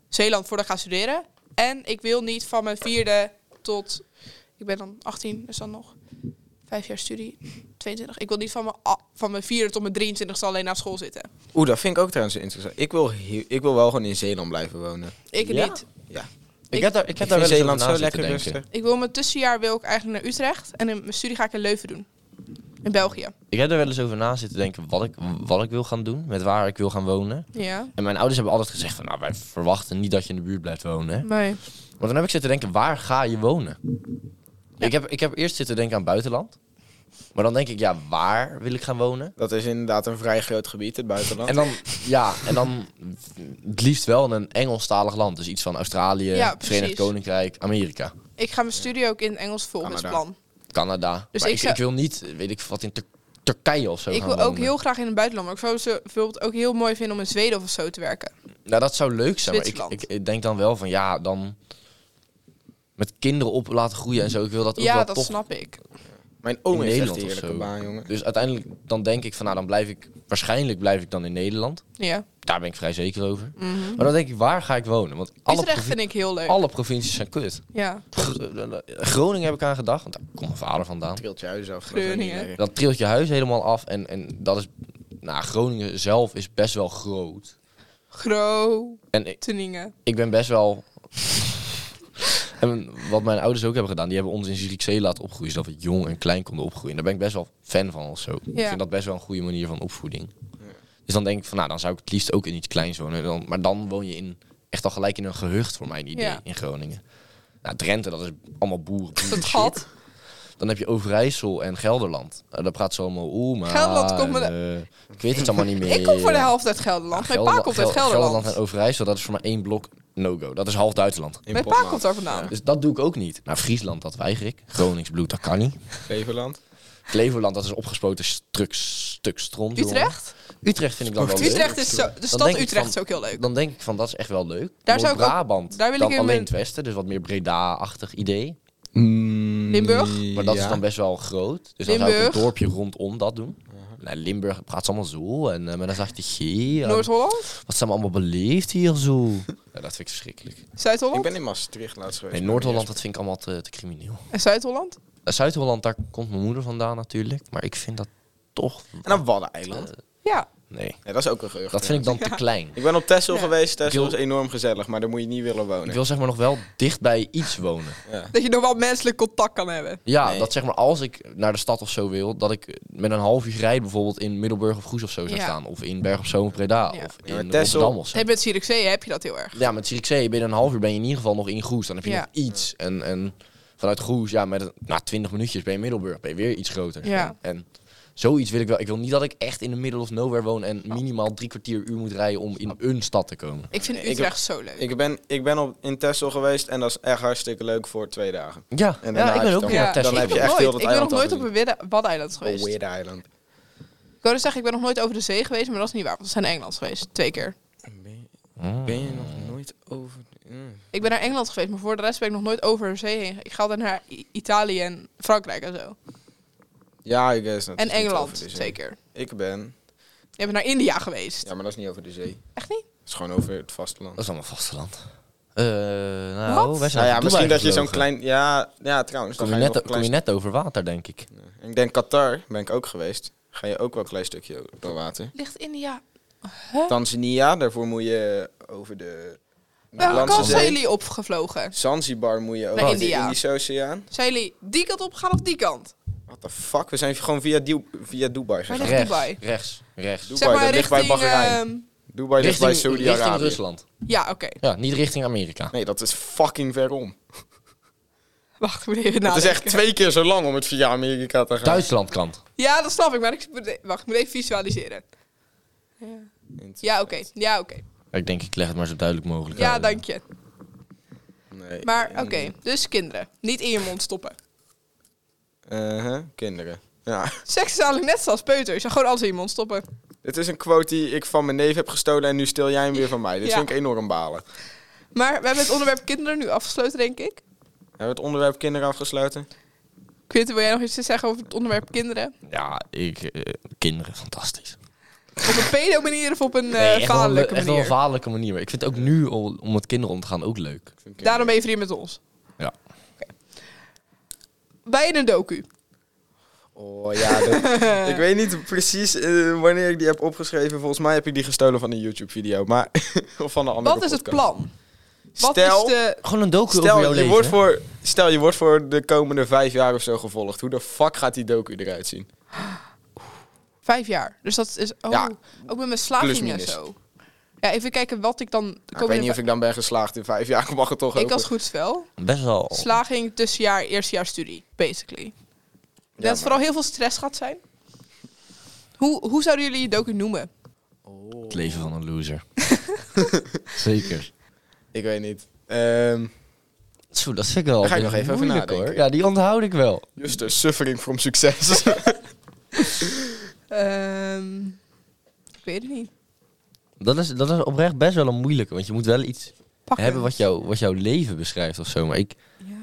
Speaker 1: Zeeland voordat ik ga studeren. En ik wil niet van mijn vierde tot. Ik ben dan 18, dus dan nog. Vijf jaar studie, 22. Ik wil niet van mijn, a- van mijn vierde tot mijn 23ste alleen naar school zitten.
Speaker 2: Oeh, dat vind ik ook trouwens interessant. Ik wil, heel- ik wil wel gewoon in Zeeland blijven wonen.
Speaker 1: Ik
Speaker 3: Ja?
Speaker 1: niet.
Speaker 2: Ja.
Speaker 3: Ik
Speaker 1: Ik-
Speaker 3: heb daar, ik
Speaker 2: Ik vind
Speaker 3: heb daar wel eens over
Speaker 2: Zeeland
Speaker 3: na
Speaker 2: zo
Speaker 3: zitten
Speaker 2: lekker
Speaker 3: denken.
Speaker 2: rustig.
Speaker 1: Ik wil mijn tussenjaar wil ik eigenlijk naar Utrecht. En in mijn studie ga ik in Leuven doen. In België.
Speaker 3: Ik heb er wel eens over na zitten denken wat ik, wat ik wil gaan doen, met waar ik wil gaan wonen.
Speaker 1: Ja.
Speaker 3: En mijn ouders hebben altijd gezegd van, nou, wij verwachten niet dat je in de buurt blijft wonen. hè.
Speaker 1: Nee.
Speaker 3: Maar dan heb ik zitten denken, waar ga je wonen? Ik, heb, ik heb eerst zitten denken aan buitenland. Maar dan denk ik, ja, waar wil ik gaan wonen?
Speaker 2: Dat is inderdaad een vrij groot gebied, het buitenland.
Speaker 3: En dan, ja, en dan het liefst wel in een Engelstalig land. Dus iets van Australië,
Speaker 1: Ja, precies.
Speaker 3: Verenigd Koninkrijk, Amerika,
Speaker 1: Ik ga mijn studie ook in Engels volgen, is het
Speaker 2: Canada.
Speaker 1: plan.
Speaker 3: Canada.
Speaker 1: Dus
Speaker 3: maar
Speaker 1: ik
Speaker 3: ik, ik,
Speaker 1: zou-
Speaker 3: wil niet, weet ik wat, in Tur- Turkije of zo
Speaker 1: Ik
Speaker 3: gaan
Speaker 1: wil ook
Speaker 3: wonen.
Speaker 1: heel graag in het buitenland. Maar ik zou ze bijvoorbeeld ook heel mooi vinden om in Zweden of zo te werken.
Speaker 3: Nou, dat zou leuk zijn, maar ik, ik,
Speaker 1: Zwitserland.
Speaker 3: ik denk dan wel van ja, dan met kinderen op laten groeien en zo. Ik wil dat ook
Speaker 1: ja,
Speaker 3: wel
Speaker 1: dat
Speaker 3: toch.
Speaker 1: snap ik.
Speaker 2: Mijn
Speaker 3: In
Speaker 2: oom heeft echt
Speaker 3: Nederland
Speaker 2: een
Speaker 3: of
Speaker 2: heerlijke
Speaker 3: zo.
Speaker 2: baan, jongen.
Speaker 3: Dus uiteindelijk dan denk ik van nou dan blijf ik waarschijnlijk blijf ik dan in Nederland.
Speaker 1: Ja.
Speaker 3: Daar ben ik vrij zeker over.
Speaker 1: Mhm.
Speaker 3: Maar dan denk ik waar ga ik wonen? Want alle,
Speaker 1: Utrecht
Speaker 3: provi-
Speaker 1: vind ik heel leuk.
Speaker 3: alle provincies zijn kut.
Speaker 1: Ja.
Speaker 3: Gr- eh, Groningen heb ik aan gedacht, want daar komt mijn vader vandaan.
Speaker 2: Trilt je huis af.
Speaker 1: dat is ook niet Groningen.
Speaker 3: Dan trilt je huis helemaal af en, en dat is nou Groningen zelf is best wel groot.
Speaker 1: Groningen.
Speaker 3: En ik, ik ben best wel En wat mijn ouders ook hebben gedaan, die hebben ons in Zierikzee laten opgroeien, zodat we jong en klein konden opgroeien. Daar ben ik best wel fan van of zo. Ik
Speaker 1: Ja.
Speaker 3: vind dat best wel een goede manier van opvoeding.
Speaker 2: Ja.
Speaker 3: Dus dan denk ik van, nou, dan zou ik het liefst ook in iets kleins wonen. Dan, maar dan woon je in, echt al gelijk in een gehucht, voor mijn idee,
Speaker 1: Ja.
Speaker 3: in Groningen. Nou, Drenthe, dat is allemaal boeren.
Speaker 1: Dat gat.
Speaker 3: Dan heb je Overijssel en Gelderland. Nou, daar praat ze allemaal, oeh, maar...
Speaker 1: Gelderland komt met
Speaker 3: en, eh, Ik weet het allemaal niet meer.
Speaker 1: Ik kom voor de helft uit Gelderland. Mijn pa komt uit
Speaker 3: Gel-
Speaker 1: Gelderland.
Speaker 3: en Overijssel, dat is voor mij één blok no-go. Dat is half Duitsland.
Speaker 2: In
Speaker 1: Mijn pa komt daar vandaan.
Speaker 3: Dus dat doe ik ook niet. Nou, Friesland, dat weiger ik. Gronings bloed, dat kan niet.
Speaker 2: Flevoland.
Speaker 3: Flevoland, dat is opgespoten stuk, stuk stront. jongen.
Speaker 1: Utrecht?
Speaker 3: Utrecht vind ik dan wel leuk.
Speaker 1: Utrecht is zo... De stad
Speaker 3: denk ik
Speaker 1: Utrecht
Speaker 3: van-
Speaker 1: is ook heel leuk.
Speaker 3: Dan denk ik van, dat is echt wel leuk.
Speaker 1: Daar zou ik ook-
Speaker 3: Brabant,
Speaker 1: daar wil ik
Speaker 3: dan
Speaker 1: in
Speaker 3: alleen
Speaker 1: mijn-
Speaker 3: het westen. Dus wat meer Breda-achtig idee.
Speaker 2: Mm,
Speaker 1: Limburg?
Speaker 3: Maar dat is dan best wel groot. Dus dan zou ik
Speaker 1: Limburg.
Speaker 3: een dorpje rondom dat doen. Nou, Limburg praat ze allemaal zo. En eh, maar dan zegt hij, G.
Speaker 1: Noord-Holland?
Speaker 3: Wat zijn we allemaal beleefd hier zo? ja, dat vind ik verschrikkelijk.
Speaker 2: Ik
Speaker 1: Zuid-Holland?
Speaker 2: ben in Maastricht laatst geweest.
Speaker 3: Nee, Noord-Holland, dat vind ik allemaal te, te crimineel.
Speaker 1: En Zuid-Holland?
Speaker 3: Eh, Zuid-Holland, daar komt mijn moeder vandaan natuurlijk. Maar ik vind dat toch...
Speaker 2: En dan Waddeneiland.
Speaker 1: Ja.
Speaker 3: Nee,
Speaker 2: Ja, dat is ook een gerucht.
Speaker 3: Eh, dat vind ik dan te klein.
Speaker 2: Ik ben op Texel
Speaker 1: Ja.
Speaker 2: geweest. Texel
Speaker 3: Ik
Speaker 2: is
Speaker 3: wil-
Speaker 2: enorm gezellig, maar daar moet je niet willen
Speaker 3: Ik
Speaker 2: wonen.
Speaker 3: wil zeg maar nog wel dicht bij iets wonen.
Speaker 2: Ja.
Speaker 1: Dat je nog wel menselijk contact kan hebben.
Speaker 3: Ja,
Speaker 2: Nee.
Speaker 3: dat zeg maar als ik naar de stad of zo wil, dat ik met een half uur rijden bijvoorbeeld in Middelburg of Goes of zo zou
Speaker 1: Ja.
Speaker 3: staan. Of in Berg op Zoom of Breda.
Speaker 1: Ja.
Speaker 3: Of
Speaker 2: Ja,
Speaker 3: in
Speaker 2: maar Texel-
Speaker 3: Rotterdam of zo.
Speaker 1: Hey, met Zierikzee heb je dat heel erg.
Speaker 3: Ja, met Zierikzee, binnen een half uur ben je in ieder geval nog in Goes. Dan heb je
Speaker 1: Ja.
Speaker 3: nog iets. En, en vanuit Goes, ja, met een- na twintig minuutjes ben je in Middelburg. Ben je weer iets groter.
Speaker 1: Ja.
Speaker 3: En, en zoiets wil ik wel. Ik wil niet dat ik echt in de middle of nowhere woon en minimaal drie kwartier uur moet rijden om in een stad te komen.
Speaker 1: Ik vind
Speaker 2: Ik-
Speaker 1: Utrecht zo leuk.
Speaker 2: Ik ben, ik ben op, in Texel geweest en dat is echt hartstikke leuk voor twee dagen.
Speaker 3: Ja,
Speaker 2: En daarna
Speaker 3: ja
Speaker 2: heb
Speaker 3: ik
Speaker 2: je
Speaker 3: ben ook
Speaker 2: dan-
Speaker 3: weer naar
Speaker 2: dan
Speaker 3: Texel.
Speaker 2: heb je
Speaker 1: ben
Speaker 2: echt
Speaker 1: nog
Speaker 2: heel
Speaker 1: nooit-
Speaker 2: dat
Speaker 1: ik ben nog
Speaker 2: eiland
Speaker 1: nooit
Speaker 2: al
Speaker 1: op een Wedde- Waddeneiland geweest.
Speaker 2: Weird Island.
Speaker 1: Ik wilde zeggen, ik ben nog nooit over de zee geweest, maar dat is niet waar. Want we zijn naar Engeland geweest, twee keer.
Speaker 2: Ben,
Speaker 3: Mm.
Speaker 2: je nog nooit over...
Speaker 1: Ik ben naar Engeland geweest, maar voor de rest ben ik nog nooit over de zee heen. Ik ga altijd naar I- Italië en Frankrijk en zo.
Speaker 2: Ja, ik guess. dat
Speaker 1: En
Speaker 2: is niet
Speaker 1: Engeland,
Speaker 2: over de zee.
Speaker 1: zeker.
Speaker 2: Ik ben...
Speaker 1: Je bent naar India geweest.
Speaker 2: Ja, maar dat is niet over de zee.
Speaker 1: Echt niet?
Speaker 2: Dat is gewoon over het vasteland.
Speaker 3: Dat is allemaal vasteland. Eh nou,
Speaker 1: Wat?
Speaker 3: wij zijn
Speaker 2: Nou ja, misschien
Speaker 3: naar Dubai
Speaker 2: dat je zo'n
Speaker 3: gevlogen.
Speaker 2: klein... Ja, ja trouwens.
Speaker 3: Kom
Speaker 2: Dan
Speaker 3: je,
Speaker 2: ga je
Speaker 3: net,
Speaker 2: nog een
Speaker 3: kom
Speaker 2: klein
Speaker 3: je net over water, denk ik.
Speaker 2: stuk- Ik denk Qatar, ben ik ook geweest. Ga je ook wel een klein stukje door water.
Speaker 1: Ligt India...
Speaker 2: Tanzania, daarvoor moet je over de...
Speaker 1: Welke
Speaker 2: Middellandse
Speaker 1: kant zijn
Speaker 2: zee.
Speaker 1: jullie opgevlogen?
Speaker 2: Zanzibar moet je over
Speaker 1: Naar
Speaker 2: de
Speaker 1: India.
Speaker 2: Indische Oceaan.
Speaker 1: Zijn jullie die kant opgegaan of die kant?
Speaker 2: What the fuck? We zijn gewoon via, Dieu- via Dubai gegaan.
Speaker 1: ligt Dubai?
Speaker 3: rechts, rechts.
Speaker 2: Doe-
Speaker 1: Zeg
Speaker 2: Dubai,
Speaker 1: maar
Speaker 2: dat ligt bij
Speaker 1: richting...
Speaker 2: Bahrein.
Speaker 1: ehm,
Speaker 2: Dubai ligt bij
Speaker 3: richting
Speaker 2: Saudi-Arabië.
Speaker 3: Rusland.
Speaker 1: ja, oké.
Speaker 3: Ja, niet richting Amerika.
Speaker 2: Nee, dat is fucking verom.
Speaker 1: Wacht, ik moet even
Speaker 2: Het is
Speaker 1: nadenken.
Speaker 2: echt twee keer zo lang om het via Amerika te gaan.
Speaker 3: Duitsland kant.
Speaker 1: Ja, dat snap ik, maar ik moet, e- wacht, ik moet even visualiseren. Ja, Ja, oké. Ja, oké.
Speaker 3: Ik denk, ik leg het maar zo duidelijk mogelijk
Speaker 1: Ja,
Speaker 3: uit.
Speaker 1: dank je.
Speaker 2: Nee.
Speaker 1: Maar
Speaker 3: Eh,
Speaker 1: oké, dus kinderen. Niet in je mond stoppen.
Speaker 2: Eh, hè, kinderen. Ja.
Speaker 1: Seks is eigenlijk net zoals peuters. Ja, gewoon alles in je mond stoppen.
Speaker 2: Dit is een quote die ik van mijn neef heb gestolen en nu stil jij hem weer van mij. Dit
Speaker 1: Ja.
Speaker 2: vind ik enorm balen.
Speaker 1: Maar we hebben het onderwerp kinderen nu afgesloten, denk ik.
Speaker 2: Hebben we het onderwerp kinderen afgesloten?
Speaker 1: Quinten, wil jij nog iets te zeggen over het onderwerp kinderen?
Speaker 3: Ja, ik... eh, kinderen, fantastisch.
Speaker 1: Op een pedo manier of op een eh
Speaker 3: echt, wel, een le-
Speaker 1: vaderlijke
Speaker 3: echt wel een
Speaker 1: manier?
Speaker 3: vaderlijke manier. Maar ik vind het ook nu al- om met kinderen om te gaan ook leuk.
Speaker 2: Ik vind kinderen-
Speaker 1: Daarom ben je vriend met ons.
Speaker 3: Ja.
Speaker 1: Bij een docu.
Speaker 2: Oh ja, dat- ik weet niet precies eh, wanneer ik die heb opgeschreven. Volgens mij heb ik die gestolen van een YouTube-video. Maar... of van een andere
Speaker 1: Wat is het
Speaker 2: podcast.
Speaker 1: plan? Wat
Speaker 2: Stel-
Speaker 1: is de...
Speaker 3: Gewoon een docu over jouw
Speaker 2: Stel je,
Speaker 3: leven.
Speaker 2: wordt voor, stel, je wordt voor de komende vijf jaar of zo gevolgd. Hoe de fuck gaat die docu eruit zien? Nou,
Speaker 1: Vijf jaar. Dus dat is... Oh,
Speaker 2: Ja.
Speaker 1: ook met mijn slaging en
Speaker 2: Plus-minus.
Speaker 1: zo. Ja, even kijken wat ik dan...
Speaker 2: Nou, ik weet niet of ik dan ben geslaagd in vijf jaar. Ik mag het Oh. toch
Speaker 1: Ik
Speaker 2: hopen.
Speaker 1: als goed spel.
Speaker 3: Best wel...
Speaker 1: Slaging tussenjaar, eerstejaar studie, basically. Ik denk dat
Speaker 2: maar-
Speaker 1: het vooral heel veel stress gaat zijn. Hoe, hoe zouden jullie je docu noemen?
Speaker 2: Oh,
Speaker 3: Het leven van een loser. Zeker.
Speaker 2: Ik weet niet. Ehm
Speaker 3: Zo, dat vind ik wel
Speaker 2: Daar ga ik
Speaker 3: best
Speaker 2: nog even over
Speaker 3: moeilijk, hoor.
Speaker 2: nadenken.
Speaker 3: Ja, die onthoud ik wel.
Speaker 2: just a suffering from success.
Speaker 1: Ehm, ik weet het niet.
Speaker 3: Dat is, dat is oprecht best wel een moeilijke. Want je moet wel iets
Speaker 1: Pakken.
Speaker 3: hebben wat, jou, wat jouw leven beschrijft of zo. Maar ik,
Speaker 1: Ja.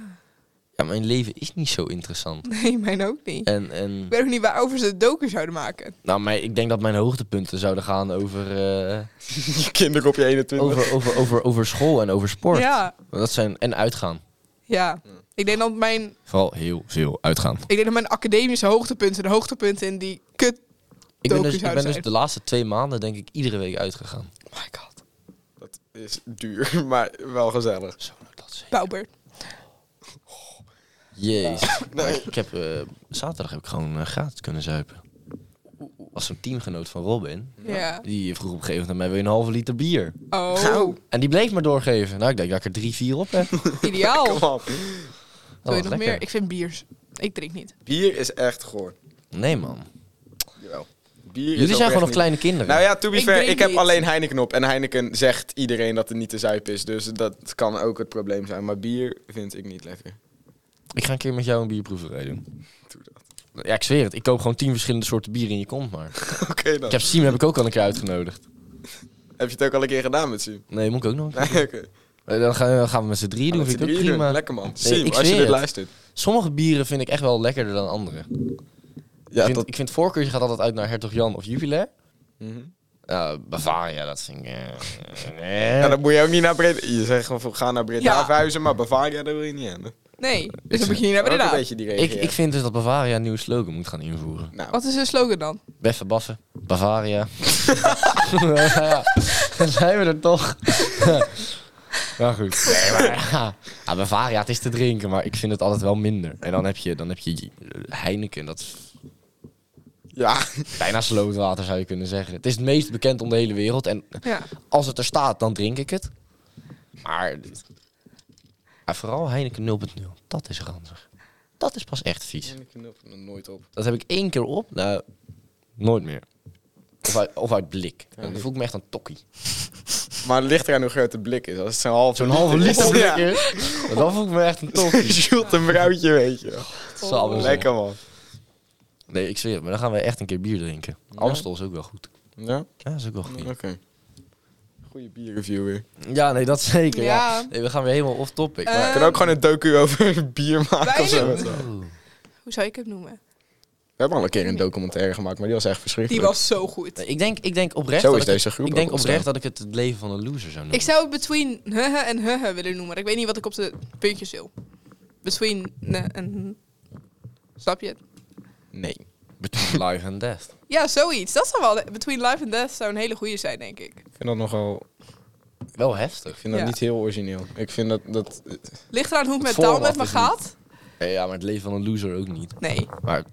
Speaker 3: Ja, mijn leven is niet zo interessant.
Speaker 1: Nee, mijn ook
Speaker 2: Ehm.
Speaker 1: niet.
Speaker 3: En, en
Speaker 1: Ik weet ook niet waarover ze de docu zouden maken.
Speaker 3: nou, maar ik denk dat mijn hoogtepunten zouden gaan over, eh,
Speaker 2: Je kinderen op je 21.
Speaker 3: over, over, over, over school en over sport.
Speaker 1: Ja,
Speaker 3: Dat zijn, en uitgaan.
Speaker 1: ja. Ik denk dat mijn
Speaker 3: Vooral heel veel uitgaan.
Speaker 1: Ik denk dat mijn academische hoogtepunten de hoogtepunten in die kut.
Speaker 3: Ik ben,
Speaker 1: Docu
Speaker 3: dus, ik
Speaker 1: zouden
Speaker 3: ben dus
Speaker 1: zijn.
Speaker 3: de laatste twee maanden denk ik iedere week uitgegaan.
Speaker 1: Oh my god,
Speaker 2: Dat is duur, maar wel gezellig.
Speaker 3: Zo, nou, dat is...
Speaker 1: Bouwbert.
Speaker 3: Jezus. Maar Ik heb, eh, zaterdag heb ik gewoon eh, gratis kunnen zuipen. Was zo'n teamgenoot van Robin.
Speaker 1: Ja.
Speaker 3: Die vroeg op een gegeven moment aan mij, wil je een halve liter bier?
Speaker 1: Oh,
Speaker 2: Nou.
Speaker 3: En die bleef maar doorgeven. Nou, ik denk dat ik er drie, vier op heb.
Speaker 1: ideaal.
Speaker 2: Kom op. Oh,
Speaker 3: Dat
Speaker 1: Wil je
Speaker 3: was
Speaker 1: nog
Speaker 3: lekker.
Speaker 1: meer? Ik vind biers. Ik drink niet.
Speaker 2: Bier is echt goor.
Speaker 3: Nee, man.
Speaker 2: Jawel. Bier is
Speaker 3: Jullie zijn
Speaker 2: oprecht
Speaker 3: gewoon nog
Speaker 2: niet-
Speaker 3: kleine kinderen.
Speaker 2: Nou ja, to be
Speaker 1: Ik
Speaker 2: fair,
Speaker 1: drink
Speaker 2: ik heb
Speaker 1: niet.
Speaker 2: alleen Heineken op. En Heineken zegt iedereen dat het niet te zuip is. Dus dat kan ook het probleem zijn. Maar bier vind ik niet lekker.
Speaker 3: Ik ga een keer met jou een bierproeverij doen.
Speaker 2: Doe dat.
Speaker 3: Ja, ik zweer het. Ik koop gewoon tien verschillende soorten bieren in je kont, maar.
Speaker 2: Oké dan.
Speaker 3: Ik
Speaker 2: Heb...
Speaker 3: heb Siem heb ik ook al een keer uitgenodigd.
Speaker 2: je het ook al een keer gedaan met Siem?
Speaker 3: Nee, moet ik ook nog een keer.
Speaker 2: Nee, oké.
Speaker 3: Eh, Dan gaan, dan gaan we met z'n
Speaker 2: Laten
Speaker 3: drieën doen.
Speaker 2: we
Speaker 3: Vind ik
Speaker 2: drie
Speaker 3: ook
Speaker 2: doen.
Speaker 3: prima.
Speaker 2: Lekker man. Siem,
Speaker 3: ik
Speaker 2: als je
Speaker 3: zweer
Speaker 2: dit
Speaker 3: het.
Speaker 2: luistert.
Speaker 3: Sommige bieren vind ik echt wel lekkerder dan andere. ik,
Speaker 2: Ja,
Speaker 3: vind,
Speaker 2: dat...
Speaker 3: ik vind voorkeur, je gaat altijd uit naar Hertog Jan of Jubilair.
Speaker 2: Mhm.
Speaker 3: Nou, Bavaria, dat vind ik... eh, nee.
Speaker 2: Ja, dan moet je ook niet naar Breda... Je zegt gewoon, van, ga naar Breda
Speaker 1: Ja.
Speaker 2: verhuizen, maar Bavaria, daar wil je niet hebben.
Speaker 1: Nee, dus dan
Speaker 3: zeg-
Speaker 1: moet je niet naar
Speaker 2: Ook een
Speaker 1: Breda.
Speaker 2: beetje die
Speaker 3: ik,
Speaker 2: regio.
Speaker 3: ik vind dus dat Bavaria een nieuwe slogan moet gaan invoeren.
Speaker 2: Nou,
Speaker 1: Wat is de slogan dan?
Speaker 3: Beffen baffen, Bavaria. ja, dan zijn we er toch. nou goed. Nee, maar, ja. Ja, Bavaria, het is te drinken, maar ik vind het altijd wel minder. En dan heb je, dan heb je eh, Heineken, dat is
Speaker 2: ja.
Speaker 3: bijna slootwater zou je kunnen zeggen. Het is het meest bekend om de hele wereld. En
Speaker 1: Ja.
Speaker 3: als het er staat, dan drink ik het. Maar, maar vooral Heineken 0.0, dat is ranzig. Dat is pas echt vies.
Speaker 2: Heineken op, nooit op.
Speaker 3: Dat heb ik één keer op. Nou, nooit meer. Of uit, of uit blik. Dan voel ik me echt een tokkie.
Speaker 2: Maar het ligt eraan hoe groot de blik is. Als het zo'n halve
Speaker 3: Zo'n halve liter blik
Speaker 2: Ja.
Speaker 3: is. Dan voel ik me echt een tokkie.
Speaker 2: Sjoerd een vrouwtje, weet je. wel.
Speaker 3: Dat zal wel zijn.
Speaker 2: Lekker man.
Speaker 3: Nee, ik zweer het. Maar dan gaan we echt een keer bier drinken. Amstel is ook wel goed.
Speaker 2: Ja?
Speaker 3: Ja, dat is ook wel goed.
Speaker 2: Oké. Goeie bierreview weer.
Speaker 3: Ja, nee, dat zeker. Ja.
Speaker 1: Ja.
Speaker 3: Nee, we gaan weer helemaal off topic.
Speaker 1: Eh.
Speaker 2: We
Speaker 3: maar-
Speaker 2: kunnen ook gewoon een docu over bier maken of zo.
Speaker 1: Weinig.
Speaker 2: We
Speaker 3: Oeh.
Speaker 1: Hoe zou ik het noemen?
Speaker 2: hebben al een keer een documentaire gemaakt, maar die was echt
Speaker 1: Die
Speaker 2: verschrikkelijk.
Speaker 1: was zo goed.
Speaker 3: Nee, ik, denk, ik denk oprecht.
Speaker 2: Zo
Speaker 3: dat
Speaker 2: is
Speaker 3: ik het-
Speaker 2: deze groep
Speaker 3: Ik denk
Speaker 2: ook ontstaan.
Speaker 3: oprecht dat ik het het leven van een loser zou noemen.
Speaker 1: Ik zou het between hehe en hehe willen noemen. maar Ik weet niet wat ik op de puntjes wil. Between ne en huh. Snap je het?
Speaker 2: Nee.
Speaker 3: Between life and death.
Speaker 1: Ja, zoiets. Dat zou wel... Between life and death zou een hele goede zijn, denk ik.
Speaker 2: Ik vind dat nogal...
Speaker 3: Wel heftig.
Speaker 2: Ik vind dat
Speaker 1: Ja.
Speaker 2: niet heel origineel. Ik vind dat... dat
Speaker 1: Ligt eraan hoe het
Speaker 3: Het
Speaker 1: mentaal
Speaker 3: vooraf
Speaker 1: met me
Speaker 3: is
Speaker 1: gaat?
Speaker 3: Eh, Ja, maar het leven van een loser ook niet.
Speaker 1: Nee.
Speaker 3: Maar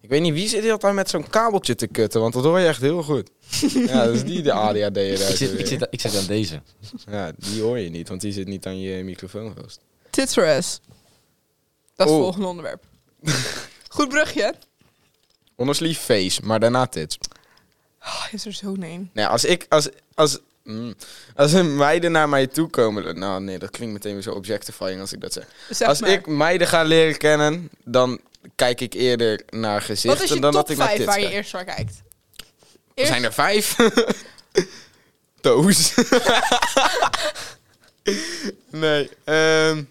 Speaker 2: ik weet niet, wie zit dat daar met zo'n kabeltje te kutten? Want dat hoor je echt heel goed. ja, dat is die de ADHD
Speaker 3: ik zit, ik, zit, ik zit aan deze.
Speaker 2: Ja, die hoor je niet, want die zit niet aan je microfoon vast.
Speaker 1: Tits for ass. Dat is
Speaker 2: Oeh.
Speaker 1: het volgende onderwerp. Goed brugje.
Speaker 2: Honestly, face, maar daarna tits.
Speaker 1: Oh, is er zo een.
Speaker 2: Nee, Nou als ik... Als, als, mm, als een meiden naar mij toe komen... Nou nee, dat klinkt meteen weer zo objectifying als ik dat zeg.
Speaker 1: Zeg
Speaker 2: als
Speaker 1: maar.
Speaker 2: ik meiden ga leren kennen, dan kijk ik eerder naar
Speaker 1: Wat is je
Speaker 2: gezichten dan
Speaker 1: top
Speaker 2: dat ik naar
Speaker 1: 5
Speaker 2: tits
Speaker 1: waar je
Speaker 2: kijk.
Speaker 1: eerst naar kijkt?
Speaker 2: Er
Speaker 1: Eerst-
Speaker 2: zijn er vijf. Toes. nee. ehm,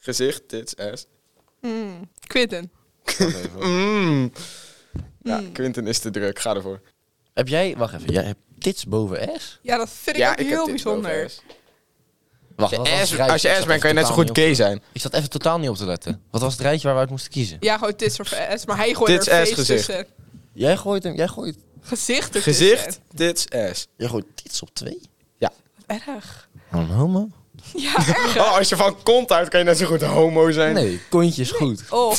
Speaker 2: gezicht, tits, ass.
Speaker 1: Mm, Quinten.
Speaker 2: Mm. Ja,
Speaker 1: Hmm.
Speaker 2: Quinten is te druk. Ga ervoor.
Speaker 3: Heb jij, wacht even, jij hebt tits boven S?
Speaker 1: Ja, dat vind ik
Speaker 2: ja,
Speaker 1: ook heel
Speaker 2: tits boven
Speaker 1: bijzonder.
Speaker 2: ass.
Speaker 3: Wacht,
Speaker 2: Je
Speaker 3: wat was het
Speaker 2: ass-
Speaker 3: rijtje?
Speaker 2: Als je
Speaker 3: Ik
Speaker 2: ass
Speaker 3: zat
Speaker 2: bent, kan je
Speaker 3: even
Speaker 2: net zo goed
Speaker 3: totaal
Speaker 2: gay zijn.
Speaker 3: niet- Ik zat even totaal niet op te letten. Wat was het rijtje waar we uit moesten kiezen?
Speaker 1: Ja, gewoon tits of ass. Maar hij gooit
Speaker 2: Tits,
Speaker 1: er
Speaker 2: ass,
Speaker 1: face
Speaker 2: gezicht.
Speaker 1: tussen.
Speaker 3: Jij gooit hem, jij gooit,
Speaker 1: Gezicht ertussen.
Speaker 2: Gezicht, tits, ass.
Speaker 3: jij gooit tits op twee?
Speaker 1: Erg.
Speaker 3: Een homo?
Speaker 1: Ja, erg.
Speaker 2: Oh, als je van kont uit, kan je net zo goed homo zijn.
Speaker 3: Nee, kontje is goed.
Speaker 1: Oh.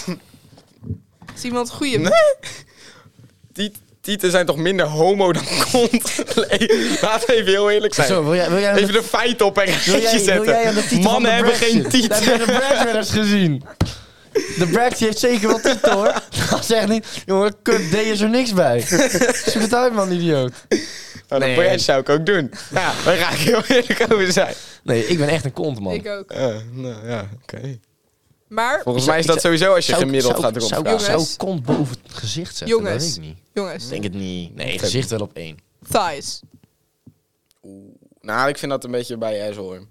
Speaker 1: Is iemand goeie?
Speaker 2: Nee. Die Tieten zijn toch minder homo dan kont? Nee, laat even heel eerlijk zijn.
Speaker 3: Zo, wil jij, wil jij,
Speaker 2: Even de feiten op een
Speaker 3: wil jij,
Speaker 2: rijtje
Speaker 3: wil
Speaker 2: zetten.
Speaker 3: jij aan de tieten
Speaker 2: Mannen
Speaker 3: van de
Speaker 2: hebben geen
Speaker 3: Brad zitten?
Speaker 2: tieten.
Speaker 3: Daar hebben we de Brad wel eens gezien. De Brad die heeft zeker wel tieten hoor. Dat zegt niet, jongen, kut, D is er niks bij. Zoek het uit man, idioot.
Speaker 2: Nou,
Speaker 3: Nee.
Speaker 2: dat brand zou ik ook doen. Ja, daar ga ik heel eerlijk over zijn.
Speaker 3: Nee, ik ben echt een kont man.
Speaker 1: Ik ook.
Speaker 2: Eh, nou ja, oké.
Speaker 1: Maar,
Speaker 2: Volgens
Speaker 3: Ik zou-
Speaker 2: mij is dat
Speaker 3: ik zou-
Speaker 2: sowieso als je
Speaker 3: Zou ik-
Speaker 2: gemiddeld
Speaker 3: zou
Speaker 2: gaat
Speaker 3: ik-
Speaker 2: erop
Speaker 3: zou ik-
Speaker 2: vragen.
Speaker 3: Zou
Speaker 1: Jongens.
Speaker 3: ik kont boven het gezicht zetten?
Speaker 1: Jongens.
Speaker 3: Dat weet ik niet.
Speaker 1: jongens,
Speaker 3: Ik denk het niet. Nee, gezicht wel op één.
Speaker 1: thighs.
Speaker 2: Nou, ik vind dat een beetje bij S hoor.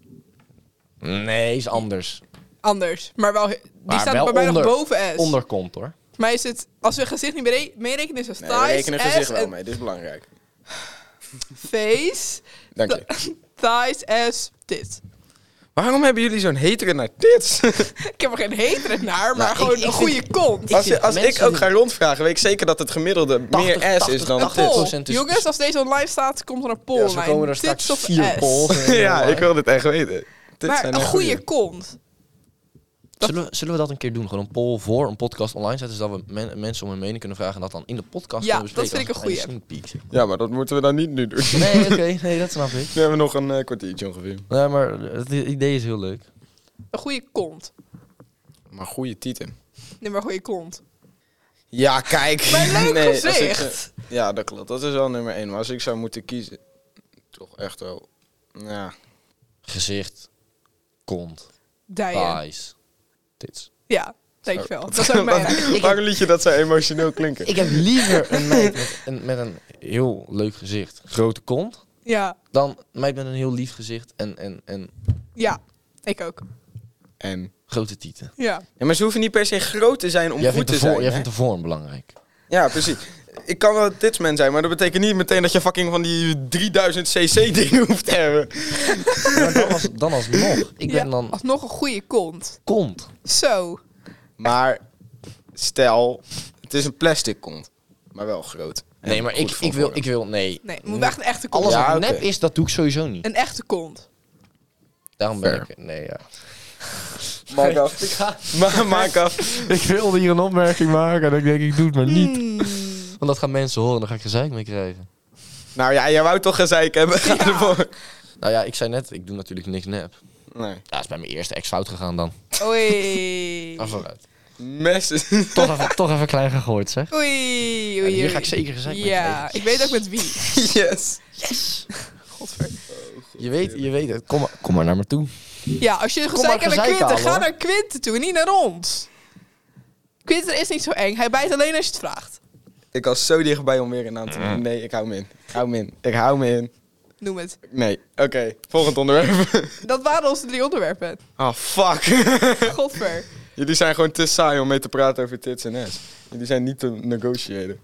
Speaker 3: Nee, is anders.
Speaker 1: anders. Maar wel, die
Speaker 3: Maar
Speaker 1: staat
Speaker 3: wel
Speaker 1: bij mij nog
Speaker 3: onder-
Speaker 1: boven S.
Speaker 3: Onderkomt hoor.
Speaker 1: Voor mij is het, als we gezicht niet mere- meerekenen, is het
Speaker 2: Nee, we
Speaker 1: thighs,
Speaker 2: rekenen
Speaker 1: ass
Speaker 2: gezicht wel
Speaker 1: en
Speaker 2: mee. Dit is belangrijk.
Speaker 1: face,
Speaker 2: Dank je.
Speaker 1: thighs, ass, dit.
Speaker 2: Waarom hebben jullie zo'n hetere naar dit?
Speaker 1: Ik heb er geen hetere naar, maar
Speaker 3: Nou, ik-
Speaker 1: gewoon
Speaker 3: ik
Speaker 1: een
Speaker 3: vind-
Speaker 1: goede kont.
Speaker 2: als
Speaker 3: vind
Speaker 2: je- als ik
Speaker 3: mensen
Speaker 2: ook
Speaker 3: die-
Speaker 2: ga rondvragen, weet ik zeker dat het gemiddelde
Speaker 3: 80,
Speaker 2: meer S is
Speaker 3: 80,
Speaker 2: dan
Speaker 3: 80.
Speaker 2: dit.
Speaker 1: Poll.
Speaker 3: is-
Speaker 1: Jongens, als deze online staat, komt er een poll
Speaker 3: Ja, zo
Speaker 1: online.
Speaker 3: komen er
Speaker 1: Tits
Speaker 3: straks
Speaker 1: of
Speaker 3: vier
Speaker 1: ass.
Speaker 3: polls.
Speaker 2: Ja, ik wil dit echt weten. Dit
Speaker 1: Maar
Speaker 2: zijn
Speaker 1: een
Speaker 2: echt
Speaker 1: goede
Speaker 2: goeie.
Speaker 1: kont.
Speaker 3: Zullen we, zullen we dat een keer doen? Gewoon een poll voor een podcast online zetten, zodat we men- mensen om hun mening kunnen vragen en dat dan in de podcast
Speaker 1: Ja,
Speaker 3: kunnen
Speaker 1: dat
Speaker 3: bespreken.
Speaker 1: vind ik een
Speaker 3: Als
Speaker 1: goeie.
Speaker 3: sneak peek, zeg maar.
Speaker 2: Ja, maar dat moeten we dan niet nu doen.
Speaker 3: Nee, oké, nee, dat snap ik.
Speaker 2: We hebben nog een eh, kwartiertje ongeveer.
Speaker 3: Nee, maar het i- idee is heel leuk.
Speaker 1: Een goede kont.
Speaker 2: Maar goede tieten.
Speaker 1: Nee, maar een goede kont.
Speaker 2: Ja, kijk.
Speaker 1: Maar leuk
Speaker 2: als ik,
Speaker 1: gezicht.
Speaker 2: eh, ja, dat klopt. Dat is wel nummer één. Maar als ik zou moeten kiezen... Toch echt wel... Ja.
Speaker 3: Gezicht, kont,
Speaker 1: Dijen.
Speaker 3: thighs, tits.
Speaker 1: Ja, dankjewel. Dat is ook mijn...
Speaker 2: Waarom liet je dat zo emotioneel klinken?
Speaker 3: Ik heb liever een meid met een, met een heel leuk gezicht, grote kont,
Speaker 1: Ja,
Speaker 3: dan een meid met een heel lief gezicht en, en, en
Speaker 1: ja. Ik ook.
Speaker 2: En...
Speaker 3: grote tieten.
Speaker 1: Ja.
Speaker 2: Ja, maar ze hoeven niet per se groot te zijn om
Speaker 3: Jij
Speaker 2: goed
Speaker 3: vindt,
Speaker 2: te
Speaker 3: de voor-
Speaker 2: zijn.
Speaker 3: jij
Speaker 2: hè?
Speaker 3: vindt de vorm belangrijk.
Speaker 2: Ja, precies. Ik kan wel titsman zijn, maar dat betekent niet meteen dat je fucking van die 3000 cc dingen hoeft te hebben.
Speaker 3: Maar dan, als, dan alsnog, ik ben
Speaker 1: Ja,
Speaker 3: dan
Speaker 1: Alsnog een goede kont.
Speaker 3: kont.
Speaker 1: Zo.
Speaker 2: Maar stel, het is een plastic kont, maar wel groot. En
Speaker 3: Nee, maar
Speaker 2: goed
Speaker 3: ik,
Speaker 2: voor
Speaker 3: ik, wil,
Speaker 2: vorm.
Speaker 3: ik wil, nee.
Speaker 1: Nee, het moet echt een echte kont.
Speaker 3: Alles
Speaker 2: Ja,
Speaker 3: wat
Speaker 2: oké.
Speaker 3: nep is, dat doe ik sowieso niet.
Speaker 1: Een echte kont.
Speaker 3: Daarom ben
Speaker 2: Fair.
Speaker 3: ik... Nee, ja.
Speaker 2: Maak af. Ma- Maak af.
Speaker 3: Ik wilde hier een opmerking maken en ik denk, ik doe het maar
Speaker 1: Hmm.
Speaker 3: Want dat gaan mensen horen en dan ga ik gezeik mee krijgen.
Speaker 2: Nou ja, jij wou toch gezeik hebben. Ga ervoor.
Speaker 3: Nou ja, ik zei net, ik doe natuurlijk niks nep.
Speaker 2: Nee.
Speaker 3: Ja, is bij mijn eerste ex fout gegaan dan.
Speaker 1: Oei.
Speaker 3: Maar vooruit.
Speaker 2: Mes.
Speaker 3: Toch even, toch even klein gegooid, zeg.
Speaker 1: Oei.
Speaker 3: Ja,
Speaker 1: oei,
Speaker 3: hier
Speaker 1: oei.
Speaker 3: ga ik zeker gezeik mee
Speaker 1: Ja,
Speaker 3: krijgen.
Speaker 1: ik weet ook met wie.
Speaker 2: Yes.
Speaker 1: Godver.
Speaker 3: Je weet, je weet het. Kom maar, kom maar naar me toe.
Speaker 1: Ja, als je
Speaker 3: maar
Speaker 1: gezeik hebt met
Speaker 3: gezeik
Speaker 1: Quinten,
Speaker 3: halen,
Speaker 1: ga
Speaker 3: hoor.
Speaker 1: naar Quinten toe, niet naar ons. Quinten is niet zo eng. Hij bijt alleen als je het vraagt.
Speaker 2: Ik was zo dichtbij om weer een naam te noemen. Nee, ik hou me in. Ik hou me in. Ik hou me in.
Speaker 1: Noem het.
Speaker 2: Nee. Oké, volgend onderwerp.
Speaker 1: Dat waren onze drie onderwerpen.
Speaker 2: Ah, fuck.
Speaker 1: Godver.
Speaker 2: Jullie zijn gewoon te saai om mee te praten over tits en ass. Jullie zijn niet te negotiëren.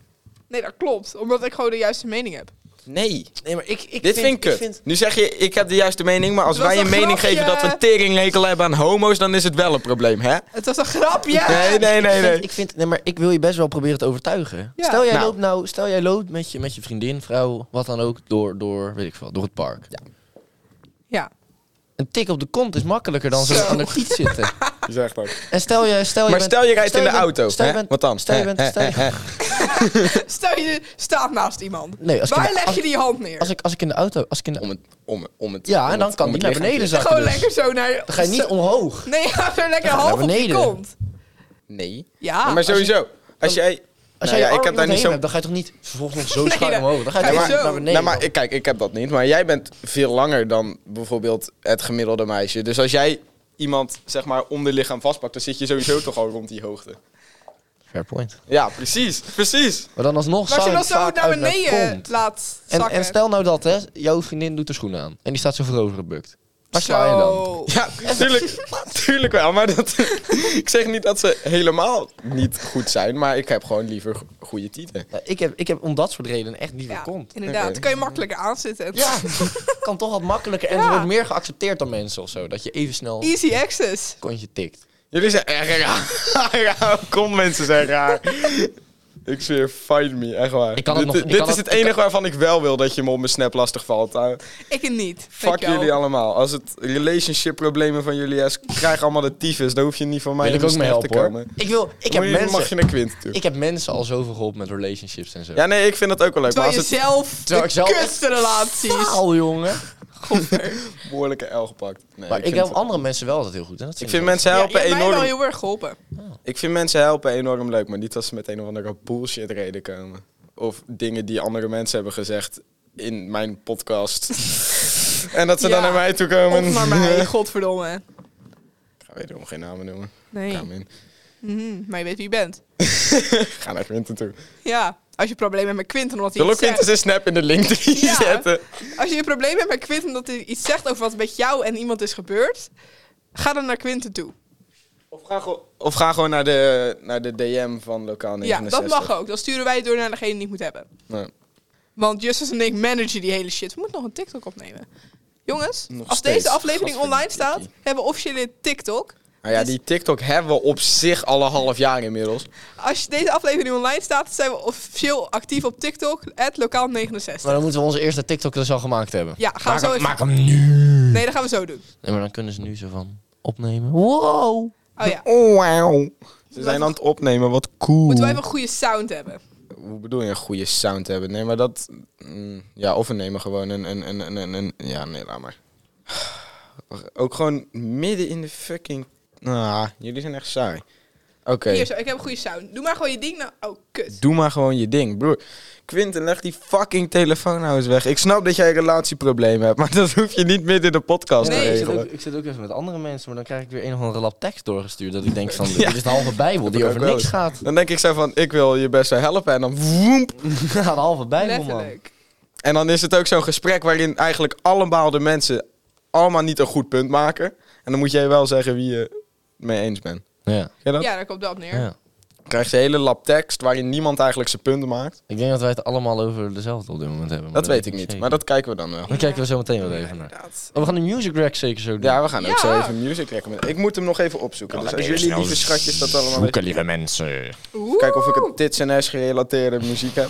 Speaker 1: Nee, dat klopt. Omdat ik gewoon de juiste mening heb.
Speaker 2: Nee.
Speaker 3: Nee, maar ik, ik
Speaker 2: Dit vind ik kut. Nu zeg je, ik heb de juiste mening, maar als
Speaker 1: Dat
Speaker 2: wij
Speaker 1: was
Speaker 2: een
Speaker 1: een
Speaker 2: mening geven dat we
Speaker 1: grapje.
Speaker 2: een teringhekel hebben aan homo's, dan is het wel een probleem, hè?
Speaker 1: Het was een grapje.
Speaker 2: Nee, nee, nee,
Speaker 3: Ik vind,
Speaker 2: nee.
Speaker 3: ik vind, nee, maar ik wil je best wel proberen te overtuigen.
Speaker 1: Ja.
Speaker 3: Stel jij
Speaker 2: Nou.
Speaker 3: loopt nou, stel jij loopt met je, met je vriendin, vrouw, wat dan ook, door, door, weet ik veel, door het park.
Speaker 1: Ja.
Speaker 3: Een tik op de kont is makkelijker dan zo'n
Speaker 1: Zo.
Speaker 3: aan de tiet zitten.
Speaker 2: Je zegt dat.
Speaker 3: En stel je, stel je
Speaker 2: Maar
Speaker 3: bent-
Speaker 2: stel je rijdt
Speaker 3: stel
Speaker 2: in de
Speaker 3: bent-
Speaker 2: auto,
Speaker 3: stel je
Speaker 2: hè?
Speaker 3: bent-
Speaker 2: Wat dan?
Speaker 3: Stel je
Speaker 2: Hè,
Speaker 3: bent, stel je-
Speaker 2: hè, hè,
Speaker 1: Stel je staat naast iemand.
Speaker 3: Nee, als ik
Speaker 1: Waar
Speaker 3: in de-
Speaker 1: leg
Speaker 3: als-
Speaker 1: je die hand neer?
Speaker 3: Als ik, als ik in de auto, als ik in de
Speaker 2: Om het, om, het- om het.
Speaker 3: Ja,
Speaker 2: om
Speaker 3: en dan
Speaker 2: het-
Speaker 3: kan
Speaker 2: om
Speaker 3: die
Speaker 2: het
Speaker 3: naar beneden
Speaker 2: lichaam.
Speaker 3: zakken.
Speaker 1: gewoon
Speaker 3: dus.
Speaker 1: lekker zo naar...
Speaker 3: Dan ga je niet omhoog.
Speaker 1: Nee, ga zo lekker
Speaker 3: naar
Speaker 1: half op je
Speaker 3: beneden.
Speaker 1: kont.
Speaker 2: Nee.
Speaker 3: Ah,
Speaker 1: Ja.
Speaker 2: maar sowieso, als jij.
Speaker 3: Als
Speaker 2: Nou
Speaker 3: jij
Speaker 2: ja,
Speaker 3: je
Speaker 2: ik heb daar niet zo.
Speaker 3: hebt, dan ga je toch niet vervolgens nog zo
Speaker 1: Nee,
Speaker 3: schuin
Speaker 1: dan-
Speaker 3: omhoog. Dan ga je,
Speaker 1: ga je
Speaker 3: toch
Speaker 1: zo.
Speaker 3: naar beneden.
Speaker 2: nou, maar ik, kijk, ik heb dat niet. Maar jij bent veel langer dan bijvoorbeeld het gemiddelde meisje. Dus als jij iemand, zeg maar, onder lichaam vastpakt, dan zit je sowieso toch al rond die hoogte.
Speaker 3: Fair point.
Speaker 2: Ja, precies. Precies.
Speaker 3: Maar dan alsnog
Speaker 1: Maar als je
Speaker 3: zou
Speaker 1: dan
Speaker 3: ik
Speaker 1: zo
Speaker 3: vaak
Speaker 1: naar
Speaker 3: uit
Speaker 1: beneden
Speaker 3: kont.
Speaker 1: laat
Speaker 3: En,
Speaker 1: zakken.
Speaker 3: en stel nou dat, hè, jouw vriendin doet haar schoenen aan. En die staat zo voorover gebukt. Waar sla je dan?
Speaker 1: Zo.
Speaker 2: Ja, tuurlijk, tuurlijk wel. Maar dat, ik zeg niet dat ze helemaal niet goed zijn, maar ik heb gewoon liever go- goede tieten.
Speaker 3: Ja, ik, heb, ik heb om dat soort redenen echt liever
Speaker 1: Ja,
Speaker 3: kont.
Speaker 1: inderdaad.
Speaker 2: Oké.
Speaker 1: Dan kan je makkelijker aanzitten.
Speaker 3: Ja, kan toch wat makkelijker en
Speaker 1: Ja.
Speaker 3: het wordt meer geaccepteerd door mensen of zo. Dat je even snel een
Speaker 1: Easy access.
Speaker 3: kontje tikt.
Speaker 2: Jullie zijn echt raar. Ja, Kom mensen zijn raar. Ik zweer, find me, echt waar.
Speaker 3: Ik kan het
Speaker 2: dit
Speaker 3: nog- ik
Speaker 2: dit
Speaker 3: kan
Speaker 2: is
Speaker 3: het-
Speaker 2: het enige waarvan ik wel wil dat je me op mijn snap lastig valt. Uh,
Speaker 1: Ik het niet.
Speaker 2: fuck
Speaker 1: Dankjewel.
Speaker 2: jullie allemaal. Als het relationship problemen van jullie is, krijg allemaal de tyfus. Daar hoef je niet van mij
Speaker 3: Wil ik
Speaker 2: in
Speaker 3: ook
Speaker 2: mijn
Speaker 3: mee
Speaker 2: snap
Speaker 3: helpen
Speaker 2: te
Speaker 3: hoor.
Speaker 2: komen.
Speaker 3: Ik, wil, ik, heb
Speaker 2: Moet je- Mag je
Speaker 3: mensen,
Speaker 2: naar Quint toe.
Speaker 3: ik heb mensen al zoveel geholpen met relationships en zo.
Speaker 2: Ja, nee, ik vind dat ook wel leuk. Maar
Speaker 1: Terwijl
Speaker 2: als
Speaker 1: je
Speaker 2: het
Speaker 1: zelf
Speaker 3: Terwijl
Speaker 1: de
Speaker 3: ik zelf-
Speaker 1: kutste relaties...
Speaker 3: Faal, jongen.
Speaker 2: behoorlijke L gepakt. Nee,
Speaker 3: Maar ik,
Speaker 2: vind
Speaker 3: heb andere mensen wel altijd heel goed. En dat
Speaker 2: Ik
Speaker 3: vind
Speaker 2: vind mensen
Speaker 1: Ja, je
Speaker 2: helpen
Speaker 1: hebt mij wel
Speaker 2: enorm.
Speaker 1: heel erg geholpen.
Speaker 2: Ik vind mensen helpen enorm leuk, maar niet als ze met een of andere bullshit reden komen. Of dingen die andere mensen hebben gezegd in mijn podcast. en dat ze
Speaker 1: Ja,
Speaker 2: dan naar mij toe komen.
Speaker 1: Of naar mij, godverdomme.
Speaker 2: Ik ga wederom geen namen noemen.
Speaker 1: Nee,
Speaker 2: Ga hem in.
Speaker 1: Mhm, maar je weet wie je bent.
Speaker 2: Ga naar Quinten toe.
Speaker 1: Ja, als je problemen hebt met Quinten omdat hij
Speaker 2: Zullen we
Speaker 1: iets
Speaker 2: Quinten
Speaker 1: zegt...
Speaker 2: zijn snap in de link
Speaker 1: eh, Ja.
Speaker 2: zetten?
Speaker 1: Als je problemen hebt met Quinten omdat hij iets zegt over wat met jou en iemand is gebeurd... Ga dan naar Quinten toe.
Speaker 2: Of ga, gewoon- of ga gewoon naar de, naar de DM van lokaal Nou,
Speaker 1: Ja,
Speaker 2: 69.
Speaker 1: dat mag ook. Dan sturen wij het door naar degene die het moet hebben.
Speaker 2: Ja.
Speaker 1: Want Justus en ik managen die hele shit. We moeten nog een TikTok opnemen. Jongens,
Speaker 2: Nog
Speaker 1: als
Speaker 2: steeds.
Speaker 1: deze aflevering online staat,
Speaker 2: Gadverdikkie.
Speaker 1: hebben we officieel een TikTok.
Speaker 2: Maar nou ja,
Speaker 1: Dus-
Speaker 2: die TikTok hebben we op zich al een half jaar inmiddels.
Speaker 1: Als deze aflevering online staat, zijn we officieel actief op TikTok, lokaal 69.
Speaker 3: Maar dan moeten we onze eerste TikTok dus al gemaakt hebben.
Speaker 1: Ja, gaan
Speaker 3: maak,
Speaker 1: we zo
Speaker 3: hem,
Speaker 1: eens-
Speaker 3: maak hem nu.
Speaker 1: Nee, dat gaan we zo doen.
Speaker 3: Nee, maar dan kunnen ze nu zo van opnemen. Wow.
Speaker 1: Oh ja,
Speaker 2: Oh, wauw. Ze zijn
Speaker 1: Moeten
Speaker 2: aan het opnemen, wat cool.
Speaker 1: moeten wij wel een goede sound hebben.
Speaker 2: Hoe bedoel je een goede sound hebben? Nee, maar dat... mm, ja, of we nemen gewoon een, een, een, een, een, een- Ja, nee, laat maar. Ook gewoon midden in de fucking... Ah, jullie zijn echt saai. Oké.
Speaker 1: Hier zo, ik heb een goede sound. Doe maar gewoon je ding. Nou, oh, kut.
Speaker 2: Doe maar gewoon je ding, broer. Quinten, leg die fucking telefoon nou eens weg. Ik snap dat jij relatieproblemen hebt, maar dat hoef je niet midden in de podcast
Speaker 1: Nee,
Speaker 2: te
Speaker 3: ik, zit
Speaker 2: regelen.
Speaker 3: ook, ik zit ook even met andere mensen, maar dan krijg ik weer een of andere lap tekst doorgestuurd. Dat ik denk van,
Speaker 2: Ja.
Speaker 3: dit is de halve bijbel die
Speaker 2: heb ik
Speaker 3: over
Speaker 2: ook
Speaker 3: niks
Speaker 2: wel
Speaker 3: gaat.
Speaker 2: Dan denk ik zo van, ik wil je best wel helpen. En dan woemp.
Speaker 3: Ja, de halve bijbel, man.
Speaker 1: Letterlijk.
Speaker 2: En dan is het ook zo'n gesprek waarin eigenlijk allemaal de mensen allemaal niet een goed punt maken. En dan moet jij wel zeggen wie je mee eens bent.
Speaker 3: Ja.
Speaker 2: Ken je dat?
Speaker 1: Ja, daar komt dat neer.
Speaker 3: ja.
Speaker 2: Dan krijg je een hele lap tekst waarin niemand eigenlijk zijn punten maakt.
Speaker 3: Ik denk dat wij het allemaal over dezelfde op dit moment hebben. maar
Speaker 2: Dat weet ik niet,
Speaker 3: zeker.
Speaker 2: maar dat kijken we dan wel.
Speaker 3: Dan kijken we zo meteen wel even naar.
Speaker 1: Inderdaad.
Speaker 3: Oh, we gaan de music rack zeker zo doen.
Speaker 2: Ja, we gaan ook
Speaker 1: Ja.
Speaker 2: zo even music recommenderen. Ik moet hem nog even opzoeken. Dus als jullie lieve schatjes dat allemaal weten.
Speaker 3: Zoeken, lieve mensen.
Speaker 1: Oeh.
Speaker 2: Kijken of ik een tits en ass gerelateerde muziek heb.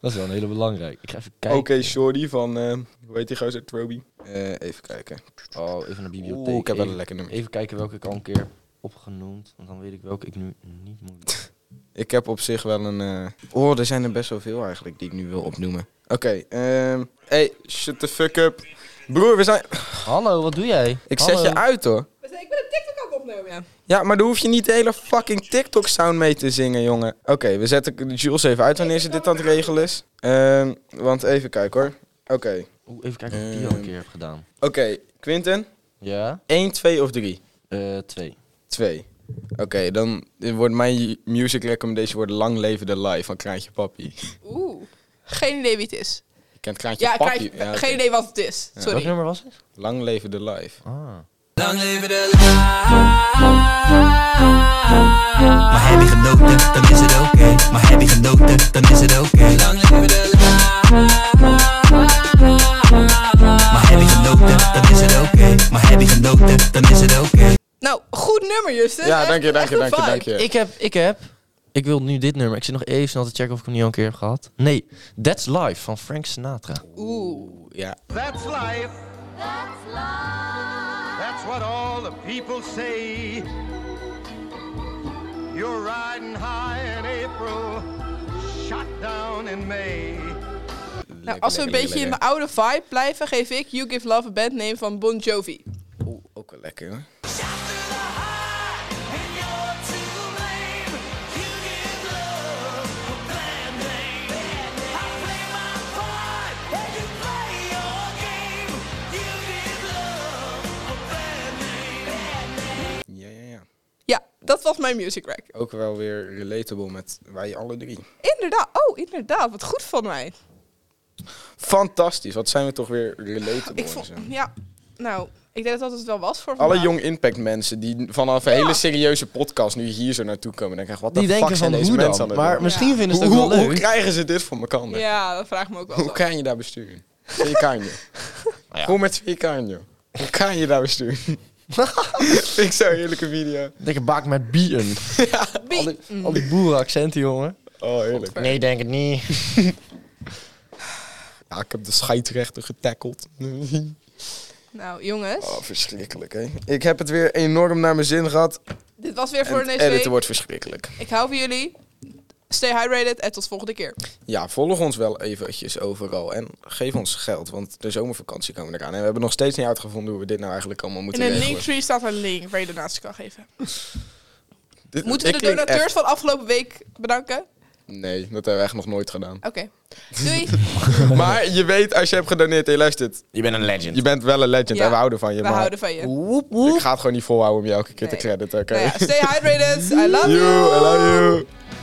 Speaker 3: Dat is wel een hele belangrijke. Ik ga even
Speaker 2: Oké,
Speaker 3: kijken.
Speaker 2: Shorty van, eh, hoe heet die gozer, Troby? Eh, even kijken.
Speaker 3: Oh, even naar de bibliotheek.
Speaker 2: Oeh, ik heb wel een
Speaker 3: Even-
Speaker 2: lekker nummer.
Speaker 3: Even kijken welke ik al een keer opgenoemd. Want dan weet ik welke ik nu niet moet. doen.
Speaker 2: Ik heb op zich wel een... eh, Oh, er zijn er best wel veel eigenlijk die ik nu wil opnoemen. Oké, ehm hey, shut the fuck up. Broer, we zijn...
Speaker 3: Hallo, wat doe jij?
Speaker 2: Ik
Speaker 3: Hallo.
Speaker 2: zet je uit hoor.
Speaker 1: We zijn- Ik ben een TikTok aan het opnemen. ja.
Speaker 2: Ja, maar dan hoef je niet de hele fucking TikTok-sound mee te zingen, jongen. Oké, we zetten Jules even uit wanneer ze dit aan het regelen is. Ehm, want even kijken hoor. Oké,
Speaker 3: Oeh, even kijken of ik die al een
Speaker 2: Ehm.
Speaker 3: keer heb gedaan.
Speaker 2: oké. Quinten,
Speaker 3: Ja?
Speaker 2: 1, 2 of 3?
Speaker 3: Eh, twee.
Speaker 2: 2. Oké, dan wordt mijn music recommendation wordt Lang Leven de Live van Kraantje Papi.
Speaker 1: Oeh. Geen idee wie het is.
Speaker 2: Je kent Kraantje
Speaker 1: Ja,
Speaker 2: Papi.
Speaker 1: kijk,
Speaker 2: Ja, oké.
Speaker 1: geen idee wat het is.
Speaker 3: Welk
Speaker 1: Sorry.
Speaker 3: nummer was het?
Speaker 2: Lang Leven de Live.
Speaker 3: Ah.
Speaker 4: Lang leven de la. Maar heb je genoten, dan is het oké. Maar heb je genoten, dan is het oké. Lang leven de la. Maar heb je genoten, dan is het oké. Maar heb je genoten, dan is het oké.
Speaker 1: Nou, goed nummer, Justin.
Speaker 2: Ja,
Speaker 1: Echt-
Speaker 2: dank je, dank je,
Speaker 1: echt een
Speaker 2: dank je,
Speaker 1: vibe.
Speaker 2: dank je.
Speaker 3: Ik heb, ik heb. Ik wil nu dit nummer. Ik zit nog even snel te checken of ik hem niet al een keer heb gehad. Nee, That's Life van Frank Sinatra.
Speaker 1: Oeh. Nou,
Speaker 2: Ja.
Speaker 5: That's life. That's life. That's what all the people say. You're riding high in April, shot down in May.
Speaker 1: Nou, als we een beetje in mijn oude vibe blijven, geef ik You Give Love a Bad Name van Bon Jovi.
Speaker 2: Oeh, ook wel lekker hoor. Ja, ja, ja.
Speaker 1: Ja, dat was mijn music rack.
Speaker 2: Ook wel weer relatable met wij alle drie.
Speaker 1: Inderdaad. Oh, inderdaad. Wat goed van mij.
Speaker 2: Fantastisch, wat zijn we toch weer relatable.
Speaker 1: Ik
Speaker 2: en
Speaker 1: vond...
Speaker 2: zo.
Speaker 1: Ja. Nou, ik denk dat dat het wel was voor
Speaker 2: Alle
Speaker 1: vandaag.
Speaker 2: jong impact mensen die vanaf een
Speaker 1: Ja.
Speaker 2: hele serieuze podcast nu hier zo naartoe komen. Dan krijg je, wat
Speaker 3: Die
Speaker 2: de fuck
Speaker 3: denken
Speaker 2: zijn
Speaker 3: van
Speaker 2: deze
Speaker 3: hoe
Speaker 2: mensen aan
Speaker 3: dan?
Speaker 2: het
Speaker 3: Maar
Speaker 2: doen?
Speaker 3: misschien vinden ze
Speaker 2: hoe,
Speaker 3: het ook
Speaker 2: hoe,
Speaker 3: wel
Speaker 2: hoe
Speaker 3: leuk.
Speaker 2: krijgen ze dit voor elkaar? man?
Speaker 1: Ja, dat vraag ik me ook wel
Speaker 2: Hoe
Speaker 1: af.
Speaker 2: kan je daar besturen? Twee kan je. Gewoon met twee kan je. Hoe kan je daar besturen? Vind ik zo'n heerlijke video.
Speaker 3: Dikke bak met bieren.
Speaker 1: Wie-
Speaker 3: Al die,
Speaker 2: Mm.
Speaker 3: al die boerenaccenten, jongen.
Speaker 2: Oh, heerlijk.
Speaker 3: Nee, denk het niet.
Speaker 2: Ja, ik heb de scheidrechter getackled.
Speaker 1: Nou, jongens.
Speaker 2: Oh, verschrikkelijk, hè? Ik heb het weer enorm naar mijn zin gehad.
Speaker 1: Dit was weer
Speaker 2: En
Speaker 1: voor
Speaker 2: het
Speaker 1: deze
Speaker 2: editen
Speaker 1: week.
Speaker 2: wordt verschrikkelijk.
Speaker 1: Ik hou van jullie. Stay hydrated en tot volgende keer.
Speaker 2: Ja, volg ons wel eventjes overal. En geef ons geld, want de zomervakantie komen eraan. En we hebben nog steeds niet uitgevonden hoe we dit nou eigenlijk allemaal
Speaker 1: In
Speaker 2: moeten
Speaker 1: een
Speaker 2: regelen.
Speaker 1: linktree staat een link waar je donatie kan geven.
Speaker 2: Dit-
Speaker 1: Moeten we
Speaker 2: dit
Speaker 1: de
Speaker 2: klinkt
Speaker 1: donateurs
Speaker 2: echt-
Speaker 1: van afgelopen week bedanken?
Speaker 2: Nee, dat hebben we echt nog nooit gedaan.
Speaker 1: Oké. Doei.
Speaker 2: maar je weet, als je hebt gedoneerd en je luistert...
Speaker 3: Je bent een legend.
Speaker 2: Je bent wel een legend
Speaker 1: Ja,
Speaker 2: en we houden van je.
Speaker 1: We
Speaker 2: maar
Speaker 1: houden van je.
Speaker 3: Woep,
Speaker 2: Ik
Speaker 3: woep.
Speaker 2: ga het gewoon niet volhouden om je elke keer te
Speaker 1: Nee.
Speaker 2: crediten, oké?
Speaker 1: Nou ja, stay hydrated. I love
Speaker 2: You, I love you.